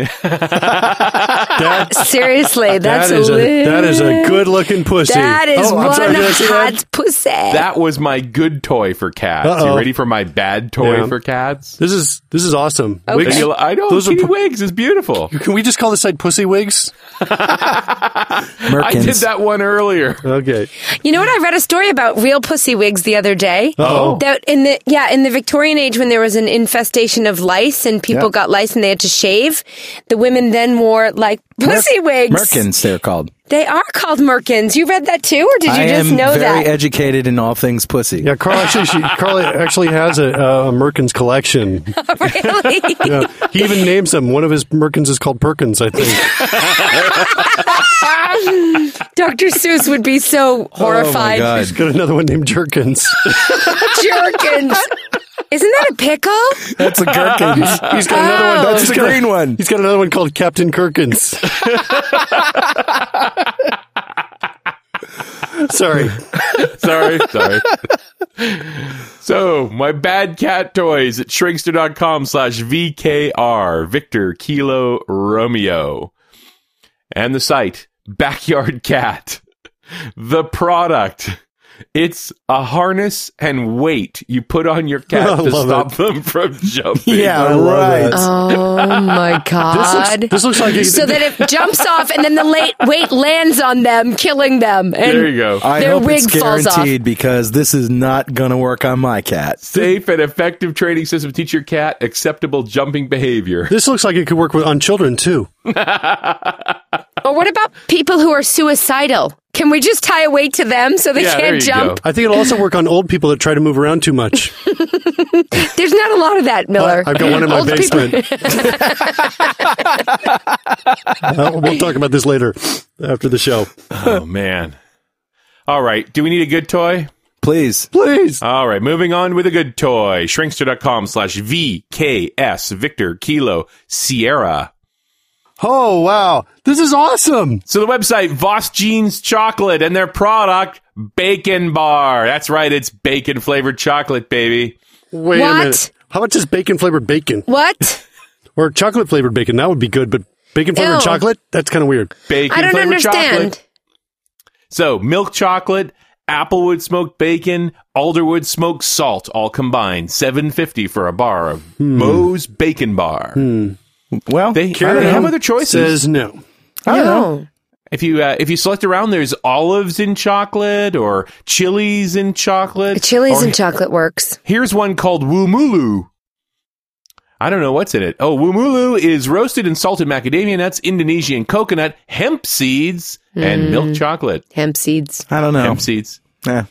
E: Seriously, that's
F: That is
E: a,
F: a,
E: little,
F: that is a good looking pussy.
E: That is
F: Oh, I'm
E: one
F: sorry, did I say that?
E: hot pussy.
D: that was my good toy for cats.
F: Uh-oh.
D: You ready for my bad toy
F: Yeah.
D: for cats?
F: This is this is awesome.
E: Okay.
F: Wigs-
D: And you'll- I know
F: Those are
D: kitty
F: pu-
D: wigs is beautiful.
F: Can we just call this side pussy wigs?
D: I did that one
F: [LAUGHS]
D: earlier.
F: Okay.
E: You know what? I read a story about real pussy wigs the other day.
F: Uh-oh.
E: That in the yeah in the Victorian age when there was an infestation of lice and people
C: Yeah.
E: got lice and they had to shave, the women then wore like pussy wigs.
C: Merkins, they're called.
E: They are called merkins. You read that too, or did you
C: I
E: just
C: am
E: know
C: very
E: that? [LAUGHS]
F: [LAUGHS]
C: educated in all things pussy.
F: Yeah, Carl actually she, Carl actually has a, uh, a Merkins collection.
E: really?
F: Yeah. He even names them. One of his Merkins is called Perkins, I think.
E: Dr. Seuss would be
F: Oh,
E: so horrified.
C: God.
F: He's got another one named [LAUGHS] Jerkins. [LAUGHS]
E: Jerkins. Isn't that a pickle?
C: That's a
E: [LAUGHS]
C: gherkin.
F: He's got another one.
E: Oh.
C: That's
F: he's
C: the
F: got-
C: green one.
F: He's got another one called Captain [LAUGHS] Kirkins. Sorry.
D: sorry, sorry. [LAUGHS] So, my bad cat toys at shrinkster.com slash VKR, Victor Kilo Romeo. And the site, Backyard Cat. The product, it's a harness and weight you put on
F: [LAUGHS]
D: your
F: I
D: cat to
F: love
D: stop them
F: [LAUGHS]
D: from jumping.
C: Yeah,
F: love
C: right.
F: that.
E: Oh my
F: This
E: god.
F: looks, this looks like a,
E: so that it jumps off and then the
D: [LAUGHS]
E: late weight lands on them, killing them. And
D: There you go.
C: I
E: Their
C: hope it's
E: wig falls off.
C: guaranteed because this is not going to work on my cat.
D: Safe and effective training system. Teach your cat acceptable
E: [LAUGHS]
D: jumping behavior.
F: this looks like it could work with, on children too.
E: Or what about people who are suicidal? Can we just tie a weight to them so they
D: Yeah, there
E: can't
D: you
E: jump?
F: I think it'll also work on old people that try to move around too much.
E: There's not a lot of that, Miller.
F: I've got one in my
E: Old people-
F: basement. Uh, we'll talk about this later after the show.
D: Oh, man. All right. Do we need a good toy?
C: Please.
F: Please.
D: All right, moving on with a good toy. Shrinkster.com slash VKS Victor Kilo Sierra.
F: Oh, wow. This is awesome.
D: So the website Voss Jeans Chocolate and their product Bacon Bar. That's right, it's bacon flavored chocolate, baby.
F: Wait a
E: What?
F: minute. How about just bacon flavored bacon
E: [LAUGHS] What?
F: or chocolate flavored bacon? That would be good, but bacon flavored
E: Ew.
F: chocolate? That's kind of weird.
D: Bacon
E: I don't
D: flavored
E: understand.
D: chocolate. So milk chocolate, applewood smoked bacon, alderwood smoked salt, all combined, seven fifty for a bar of Moe's Bacon Bar.
C: Well,
D: They, they have other choices.
F: Says no.
C: I don't know.
E: No.
D: If you uh, if you select around, there's olives in chocolate or chilies in chocolate.
E: Chilies
D: Or
E: and chocolate works.
D: Here's one called Wumulu. I don't know what's in it. Oh, Wumulu is roasted and salted macadamia nuts, Indonesian coconut, hemp seeds, and
E: Hmm.
D: milk chocolate.
E: Hemp seeds.
C: I don't know.
D: Hemp seeds.
C: Eh,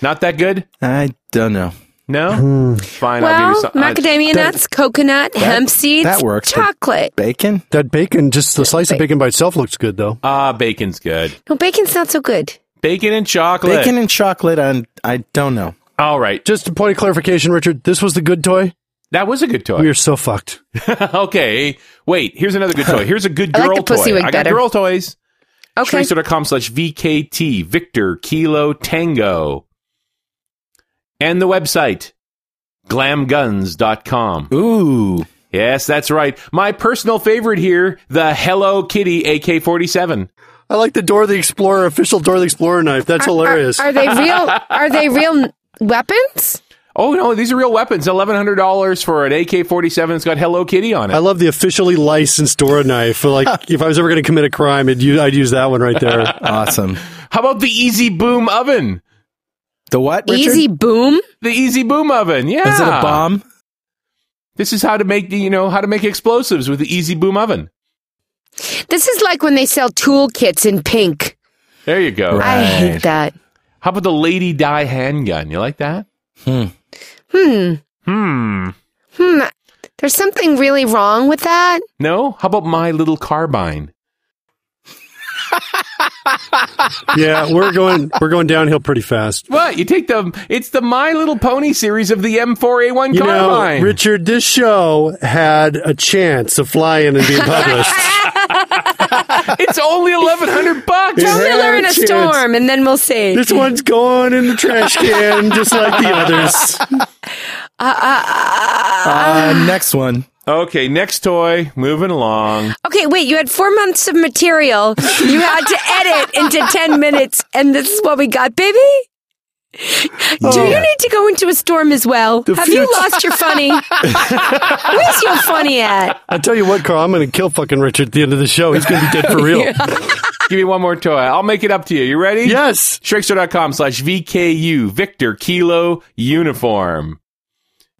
D: Not that good.
C: I don't know.
D: No. Fine. I'll give you
E: Well,
D: some. uh, I-
E: macadamia nuts, coconut, hemp seeds,
C: that works, but-
E: chocolate.
C: Bacon?
F: That bacon, just the slice of
E: Ba-
F: bacon by itself looks good, though.
D: Ah, bacon's good.
E: No, bacon's not so good.
D: Bacon and chocolate.
C: Bacon and chocolate, and I don't know.
D: All right.
F: Just a point of clarification, Richard. This was the good toy.
D: That was a good toy.
F: We are so fucked.
D: [LAUGHS] okay. Wait, here's another good toy. Here's a good
E: [LAUGHS] I like
D: girl
E: the pussy
D: toy.
E: wig
D: I got
E: better.
D: girl toys.
E: Okay.
D: Shrinkster.com slash VKT Victor Kilo Tango. And the website, glamguns.com. [LAUGHS]
C: Ooh.
D: Yes, that's right. My personal favorite here, the Hello Kitty AK 47.
F: I like the Door of the
D: [LAUGHS]
F: Explorer, official Door of the Explorer knife. That's hilarious.
E: Are, are they real? Are they real weapons?
D: Oh no, these are real weapons. Eleven hundred dollars for an AK forty-seven. It's got Hello Kitty on it.
F: I love the officially licensed door knife. Like, if I was ever going to commit a crime, I'd use, I'd use that one right there.
C: awesome.
D: How about the Easy Boom oven?
C: The what?
D: Richard?
E: Easy boom.
D: The Easy Boom oven. Yeah.
C: Is it a bomb?
D: This is how to make the you know how to make explosives with the Easy Boom oven.
E: This is like when they sell tool kits in pink.
D: There you go.
E: I hate that.
D: How about the Lady Die handgun? You like that?
C: Hmm.
E: Hmm.
D: Hmm.
E: Hmm. There's something really wrong with that.
D: No. How about my little carbine?
F: yeah, we're going we're going downhill pretty fast.
D: What you take the? It's the My Little Pony series of the M4A1
F: You
D: carbine.
F: know, Richard, this show had a chance of flying and
D: [LAUGHS]
F: being published.
D: it's only eleven hundred bucks.
F: It had
E: Miller in a
F: chance.
E: storm, and then we'll see.
F: This one's going in the trash can, just like the others.
E: Ah.
C: Uh, next one.
D: Okay, next toy. Moving along.
E: Okay, wait, you had four months of material you had to edit into 10 minutes, and this is what we got, baby? Do you need to go into a storm as well? Have you
F: future-
E: lost your funny? Where's your funny at?
F: I tell you what, Carl, I'm going to kill fucking Richard at the end of the show. He's going to be dead for
D: [LAUGHS]
F: real.
D: Give me one more toy. I'll make it up to you. You ready?
F: Yes.
D: Shrinkster.com slash VKU. Victor Kilo Uniform.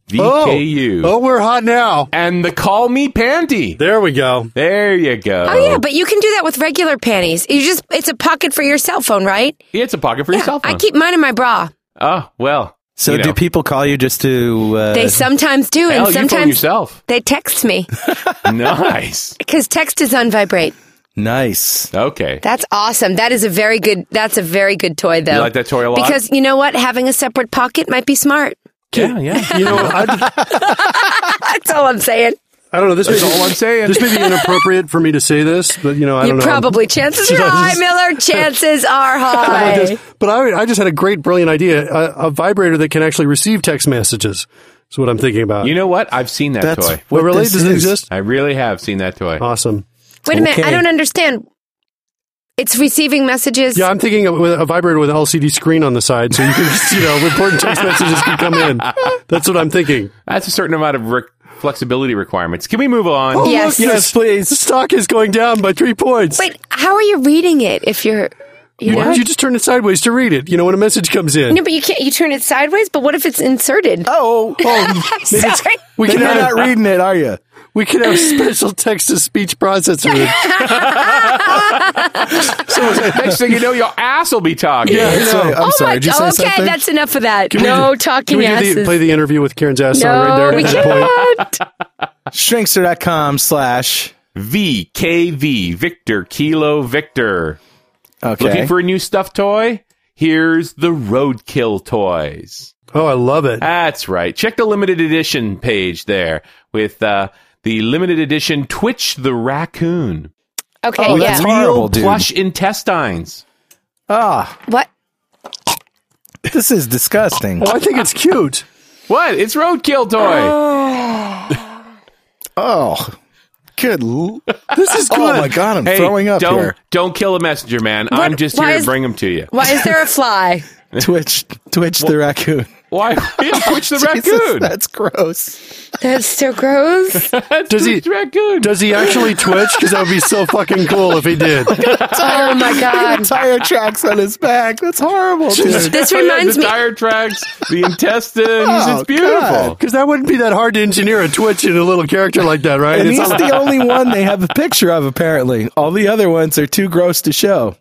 D: VKU.
F: Oh, we're hot now.
D: And the Call Me Panty.
F: There we go.
D: There you go.
E: Oh, yeah, but you can do that with regular panties. You just, it's a pocket for your cell phone, right?
D: Yeah, it's a pocket for your cell phone.
E: I keep mine in my bra.
D: oh, well.
C: So,
D: you know.
C: do people call you just to? Uh,
E: They sometimes do, and
D: Hell, you phone
E: sometimes
D: yourself. [LAUGHS]
E: they text me
D: nice.
E: because text is on vibrate.
C: nice.
E: [LAUGHS]
D: Okay.
E: That's awesome. That is a very good. That's a very good toy, though.
D: You like that toy a lot?
E: Because you know what, having a separate pocket might be smart.
D: yeah, yeah.
F: You know, I,
E: That's all I'm saying.
F: I don't know. This
D: That's
F: may be-
D: all I'm saying.
F: This may be inappropriate for me to say this, but you know, I
E: You
F: don't know.
E: probably chances are high, Miller. Chances are
F: I
E: high.
F: just- but I, I just had a great, brilliant idea. A, a vibrator that can actually receive text messages is what I'm thinking about.
D: You know what? I've seen that
C: That's
D: toy.
F: what
C: what
F: really?
C: this
F: Does it
C: is.
F: exist?
D: I really have seen that toy.
F: Awesome.
E: Wait a minute.
C: Okay.
E: I don't understand. It's receiving messages.
F: Yeah, I'm thinking of with a vibrator with an LCD screen on the side so you can, just, you know, important text messages can come in. That's what I'm thinking.
D: That's a certain amount of re- flexibility requirements. Can we move on?
F: Oh,
E: Yes.
F: look, yes, please. The stock is going down by three points.
E: Wait, how are you reading it? If you're, you
F: Why
E: know,
F: don't you just turn it sideways to read it? You know, when a message comes in.
E: no, but you can't. You turn it sideways. But what if it's inserted? [LAUGHS]
C: Oh,
E: Sorry.
F: we
C: you're
F: can
C: not
F: have,
C: reading it, are you?
F: we could have a special text to speech
E: [LAUGHS]
F: processor. yeah,
D: [LAUGHS] Next thing you know, your ass will be talking.
C: Sorry, I'm
E: oh
C: sorry.
E: my.
C: Did you say
E: okay,
C: something?
E: that's enough of that. no talking
F: can we do the-
E: asses.
F: play the interview with Karen's ass
E: no,
F: on right there?
E: we
F: at that point?
E: can't.
C: Shrinkster.com slash.
D: VKV, Victor Kilo Victor.
C: Okay.
D: Looking for a new stuffed toy? Here's the Roadkill Toys.
F: Oh, I love it.
D: That's right. Check the limited edition page there with uh, the limited edition Twitch the Raccoon.
E: Okay,
C: Oh,
E: yeah.
C: that's horrible, dude.
D: Plush intestines.
C: Ah,
E: What?
C: this is
D: [LAUGHS]
C: disgusting.
F: Well, Oh, I think it's cute.
D: What? It's Roadkill Toy.
C: Oh, good. l-
F: This is good.
C: Oh my god, I'm
D: Hey,
C: throwing up
D: don't,
C: here.
D: Don't kill a messenger, man. I'm just
E: why
D: here to
E: is-
D: bring them to you.
E: Why is there a fly?
C: Twitch, Twitch the raccoon. [LAUGHS]
D: Why? [LAUGHS] Yeah, Twitch the
C: Jesus,
D: Raccoon.
C: that's gross.
E: That's so gross.
D: That's
F: Does he-
D: Twitch the Raccoon.
F: Does he actually twitch? Because that would be so fucking cool if he did.
E: [LAUGHS] oh my god.
C: Tire tracks on his back. That's horrible,
D: [LAUGHS]
C: dude.
E: [LAUGHS] This
D: Oh, yeah,
E: reminds
D: the
E: me.
D: tire tracks, [LAUGHS] the intestines.
C: Oh,
D: it's beautiful.
C: God.
F: Because that wouldn't be that hard to engineer a twitch in a little character like that, right?
C: And
F: It's
C: he's
F: all-
C: the only one they have a picture of, apparently. All the other ones are too gross to show.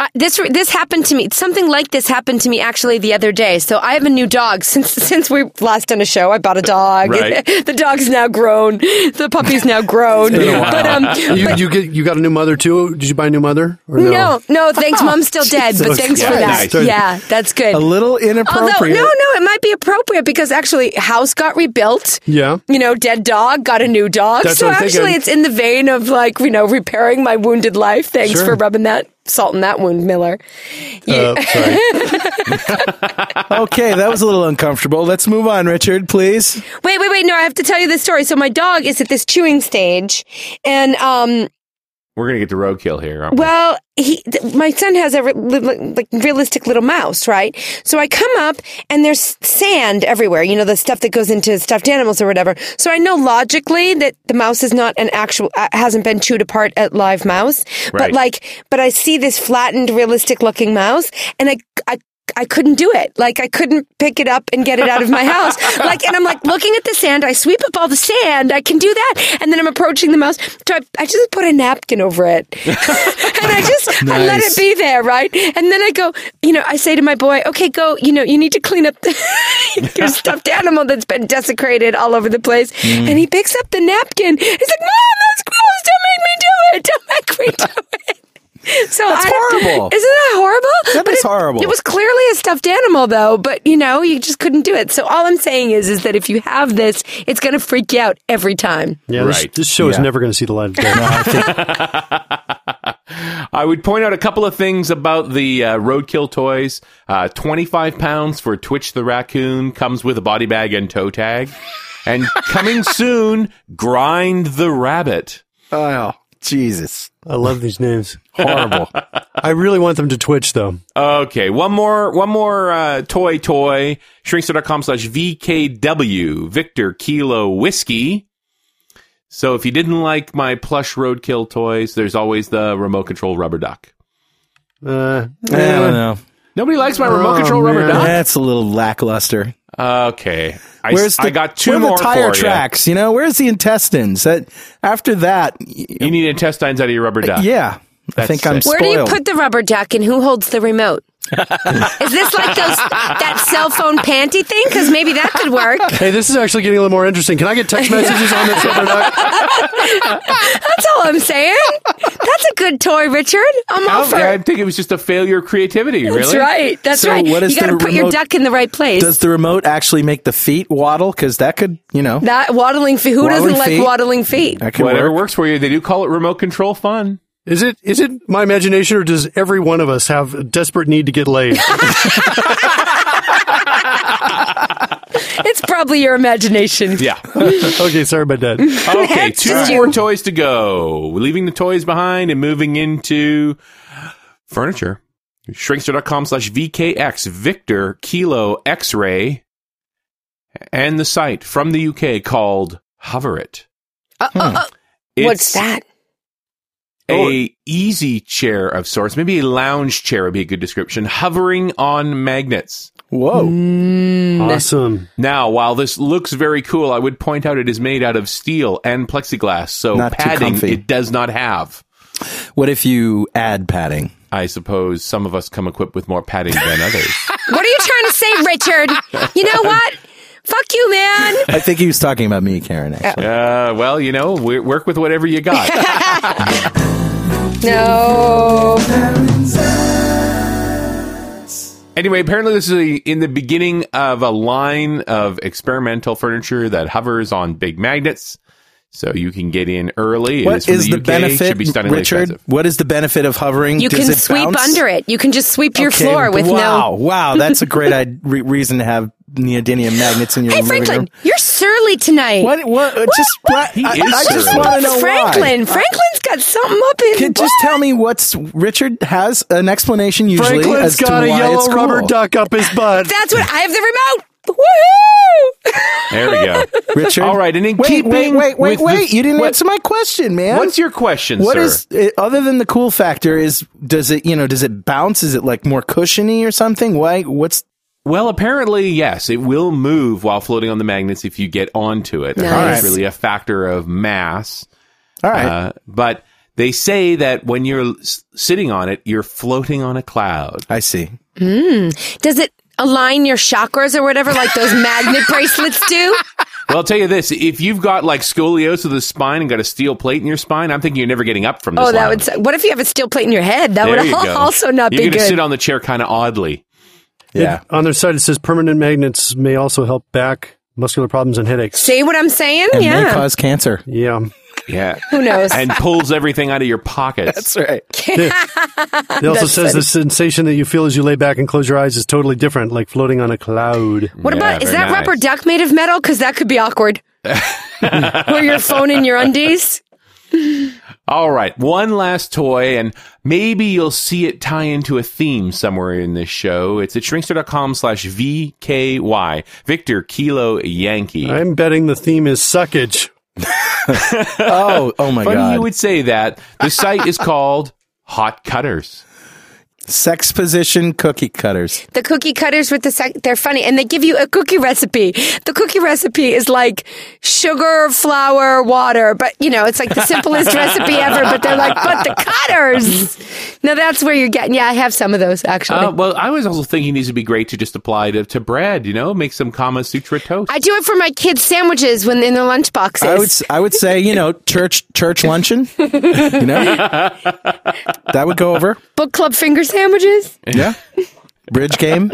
E: Uh, this re- this happened to me. Something like this happened to me actually the other day. So I have a new dog since since we last done a show. I bought a dog.
D: Right.
E: [LAUGHS] the dog's now grown. The puppy's now grown. But um, [LAUGHS]
F: you, you get you got a new mother too? Did you buy a new mother? Or no?
E: no, no, [LAUGHS] thanks. Mom's still dead, but
C: Jesus
E: thanks for that.
C: Christ.
E: Yeah, that's good.
C: A little
E: Although,
C: inappropriate.
D: [LAUGHS]
E: no, no, it might be appropriate because actually, house got rebuilt.
F: Yeah.
E: You know, dead dog got a new dog.
F: That's
E: so
F: what I'm
E: actually,
F: thinking.
E: it's in the vein of like, you know, repairing my wounded life. Thanks
F: Sure.
E: for rubbing that salt in that wound, Miller. You-
F: Uh, sorry.
C: Okay, that was a little uncomfortable. Let's move on, Richard, please.
E: Wait, wait, wait. No, I have to tell you this story. So my dog is at this chewing stage and, um,
D: We're gonna get to roadkill here. Aren't we?
E: Well, he, th- my son has a re- li- li- like realistic little mouse, right? So I come up and there's sand everywhere. You know the stuff that goes into stuffed animals or whatever. So I know logically that the mouse is not an actual uh, hasn't been chewed apart at live mouse, but
M: Right.
E: like, but I see this flattened, realistic looking mouse, and I, I. I couldn't do it. Like I couldn't pick it up and get it out of
M: [LAUGHS]
E: my house. Like, and I'm like looking at the sand. I sweep up all the sand. I can do that. And then I'm approaching the mouse. So I, I just put a napkin over it. [LAUGHS] and I just I let it
M: Nice.
E: be there, right? And then I go, you know, I say to my boy, okay, go, you know, you need to clean up the, [LAUGHS] your stuffed animal that's been desecrated all over the place.
M: Mm.
E: And he picks up the napkin. He's like, Mom, that's gross. Don't make me do it. Don't make me do it. So
C: That's
E: I-
C: horrible.
E: Isn't that horrible?
C: That
E: But
C: is
E: it-
C: horrible.
E: It was clearly a stuffed animal, though. But you know, you just couldn't do it. So all I'm saying is, is that if you have this, it's going to freak you out every time.
F: Yeah, this, this show is
D: Yeah.
F: never going to see the light of day.
D: I would point out a couple of things about the uh, roadkill toys. Uh, 25 pounds for Twitch the Raccoon comes with a body bag and toe tag.
C: [LAUGHS]
D: And coming soon, Grind the Rabbit.
C: Oh, Jesus.
F: I love these names.
C: [LAUGHS]
D: Horrible.
F: I really want them to Twitch, though.
D: Okay, one more, one more uh, toy toy. Shrinkster.com slash VKW, Victor Kilo Whiskey. So if you didn't like my plush roadkill toys, there's always the remote control rubber duck.
F: Uh,
C: I don't know.
D: Nobody likes my
C: Oh,
D: remote control rubber duck.
C: That's a little lackluster.
D: Okay. I,
C: Where's the,
D: I got two
C: where are
D: more
C: the tire
D: for ya.
C: tracks? You know, where's the intestines? That after that,
D: You need intestines out of your rubber duck.
C: yeah, I
D: That's
C: think I'm
D: it.
K: Where
C: spoiled.
K: do you put the rubber duck and who holds the
C: [LAUGHS]
K: remote? Is this like those that cell phone panty thing? Because maybe that could work.
F: Hey, this is actually getting a little more interesting. Can I get text messages on this rubber duck?
K: That's all I'm saying. That's a good toy, Richard. I'm
D: How-
C: Oh,
K: all for
D: I
K: it.
D: think it was just a failure of creativity,
K: That's
D: really.
K: right. That's
C: So
K: right.
C: what is
K: you got to
C: the
K: put your
C: remote-
K: duck in the right place.
C: Does the remote actually make the feet waddle? Because that could, you know,
K: that waddling feet. Who
C: Waddling
K: doesn't like
C: feet?
K: waddling feet?
C: that could
D: Whatever
C: work.
D: works for you. They do call it remote control fun.
F: Is it is it my imagination, or does every one of us have a desperate need to get laid? [LAUGHS]
K: It's probably your imagination.
D: Yeah.
F: okay, sorry about
D: [LAUGHS]
F: that.
D: Okay,
K: That's
D: two
K: just
D: more
K: you.
D: toys to go. We're leaving the toys behind and moving into furniture. Shrinkster.com slash VKX Victor Kilo X Ray and the site from the UK called Hover It.
K: Uh, What's that?
C: Oh.
D: a easy chair of sorts, maybe a lounge chair would be a good description, hovering on magnets.
C: Whoa.
F: Awesome.
D: Now, while this looks very cool, I would point out it is made out of steel and plexiglass, so
C: Not too
D: padding
C: comfy.
D: it does not have.
C: What if you add padding?
D: I suppose some of us come equipped with more padding than others.
C: [LAUGHS]
K: What are you trying to say, Richard? You know what? Fuck you, man.
C: I think he was talking about me, Karen. Actually.
D: Uh, well, you know, we- work with whatever you got.
C: [LAUGHS]
K: No.
D: Anyway, apparently this is a, in the beginning of a line of experimental furniture that hovers on big magnets, so you can get in early. It
C: What
D: from
C: is the,
D: UK,
C: benefit,
D: Should be stunningly
C: Richard?
D: expensive.
C: What is the benefit of hovering?
K: You
C: Does
K: can
C: it
K: sweep
C: bounce?
K: under it. You can just sweep your
C: Okay,
K: floor with
C: wow,
K: no.
C: Wow, that's a great i- re- reason to have neodymium magnets in your
K: Hey,
C: living room.
K: Franklin, you're surly tonight.
C: What? What? uh, Just what? I,
D: is
C: I just
D: surly.
C: want to know
K: Franklin.
C: why.
K: Franklin's got something up in
C: Can, just tell me what's Richard has an explanation usually
F: Franklin's
C: as
F: got
C: to
F: a
C: why
F: yellow
C: it's cool.
F: rubber duck up his butt.
K: [LAUGHS] That's what I have the remote. Woohoo!
D: There
C: [LAUGHS]
D: we go,
C: Richard.
D: All right, and in
C: Wait,
D: keeping
C: wait, wait, wait,
D: with
C: wait!
D: the-
C: you didn't
D: what-
C: answer my question, man.
D: What's your question,
C: What
D: sir?
C: is uh, other than the cool factor? Is does it you know does it bounce? Is it like more cushiony or something? Why? What's
D: Well, apparently, yes, it will move while floating on the magnets if you get onto it.
C: Nice.
D: It's really a factor of mass.
C: all right?
D: Uh, but they say that when you're s- sitting on it, you're floating on a cloud.
C: I see.
K: Mm. [LAUGHS] Does it align your chakras or whatever, like those magnet bracelets do?
D: Well, I'll tell you this: if you've got like scoliosis of the spine and got a steel plate in your spine, I'm thinking you're never getting up from this.
K: Oh, that
D: lounge.
K: would. s- What if you have a steel plate in your head? That [LAUGHS]
D: There
K: would
D: you
K: al-
D: go.
K: also not
D: you're
K: be
D: gonna
K: good.
D: sit on the chair kind of oddly.
C: Yeah.
F: on their site, it says permanent magnets may also help back muscular problems and headaches.
K: See what I'm saying?
C: And may
K: yeah.
C: cause cancer. [LAUGHS]
F: Yeah.
K: [LAUGHS]
D: Yeah.
K: Who knows?
D: and pulls everything out of your pockets.
C: That's right.
F: It also
K: That's
F: says
K: funny.
F: the sensation that you feel as you lay back and close your eyes is totally different, like floating on a cloud.
K: What about is
D: very
K: that rubber
D: nice.
K: duck made of
C: [LAUGHS]
K: metal? Because that could be awkward. Where your phone in your undies.
D: All right, one last toy, and maybe you'll see it tie into a theme somewhere in this show. It's at shrinkster.com slash VKY, Victor Kilo Yankee.
F: I'm betting the theme is suckage.
D: oh, oh
C: my
D: Funny
C: God.
D: you would say that. The site [LAUGHS] is called Hot Cutters.
C: Sex position cookie cutters.
E: The cookie cutters with the sec- they're funny and they give you a cookie recipe. The cookie recipe is like sugar, flour, water, but you know, it's like the simplest recipe ever, but they're like, but the cutters. Now that's where you're getting. Yeah, I have some of those actually.
C: Oh.
D: Uh, well, I was also thinking these would be great to just apply to, to bread, you know, make some Kama Sutra toast.
E: I do it for my kids' sandwiches when in their lunch boxes.
C: I would s- I would say you know church church luncheon. You
D: [LAUGHS]
C: know that would go over.
E: Book club finger sandwiches.
C: Yeah. Bridge game.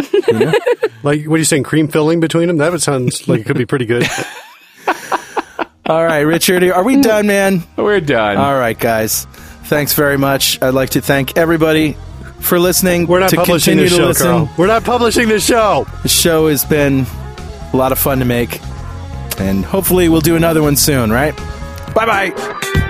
F: Like, what are you saying? Cream filling between them? That would sounds like it could be
C: [LAUGHS]
F: pretty good.
C: All right, Richard, are we done, man?
D: We're done.
C: All right, guys. Thanks very much. I'd like to thank everybody for listening. We're
F: not
C: to
F: publishing
C: continue
F: this
C: to
F: show,
C: listen.
F: Carl. We're not publishing this show.
C: The show has been a lot of fun to make, and hopefully, we'll do another one soon. Right? Bye bye.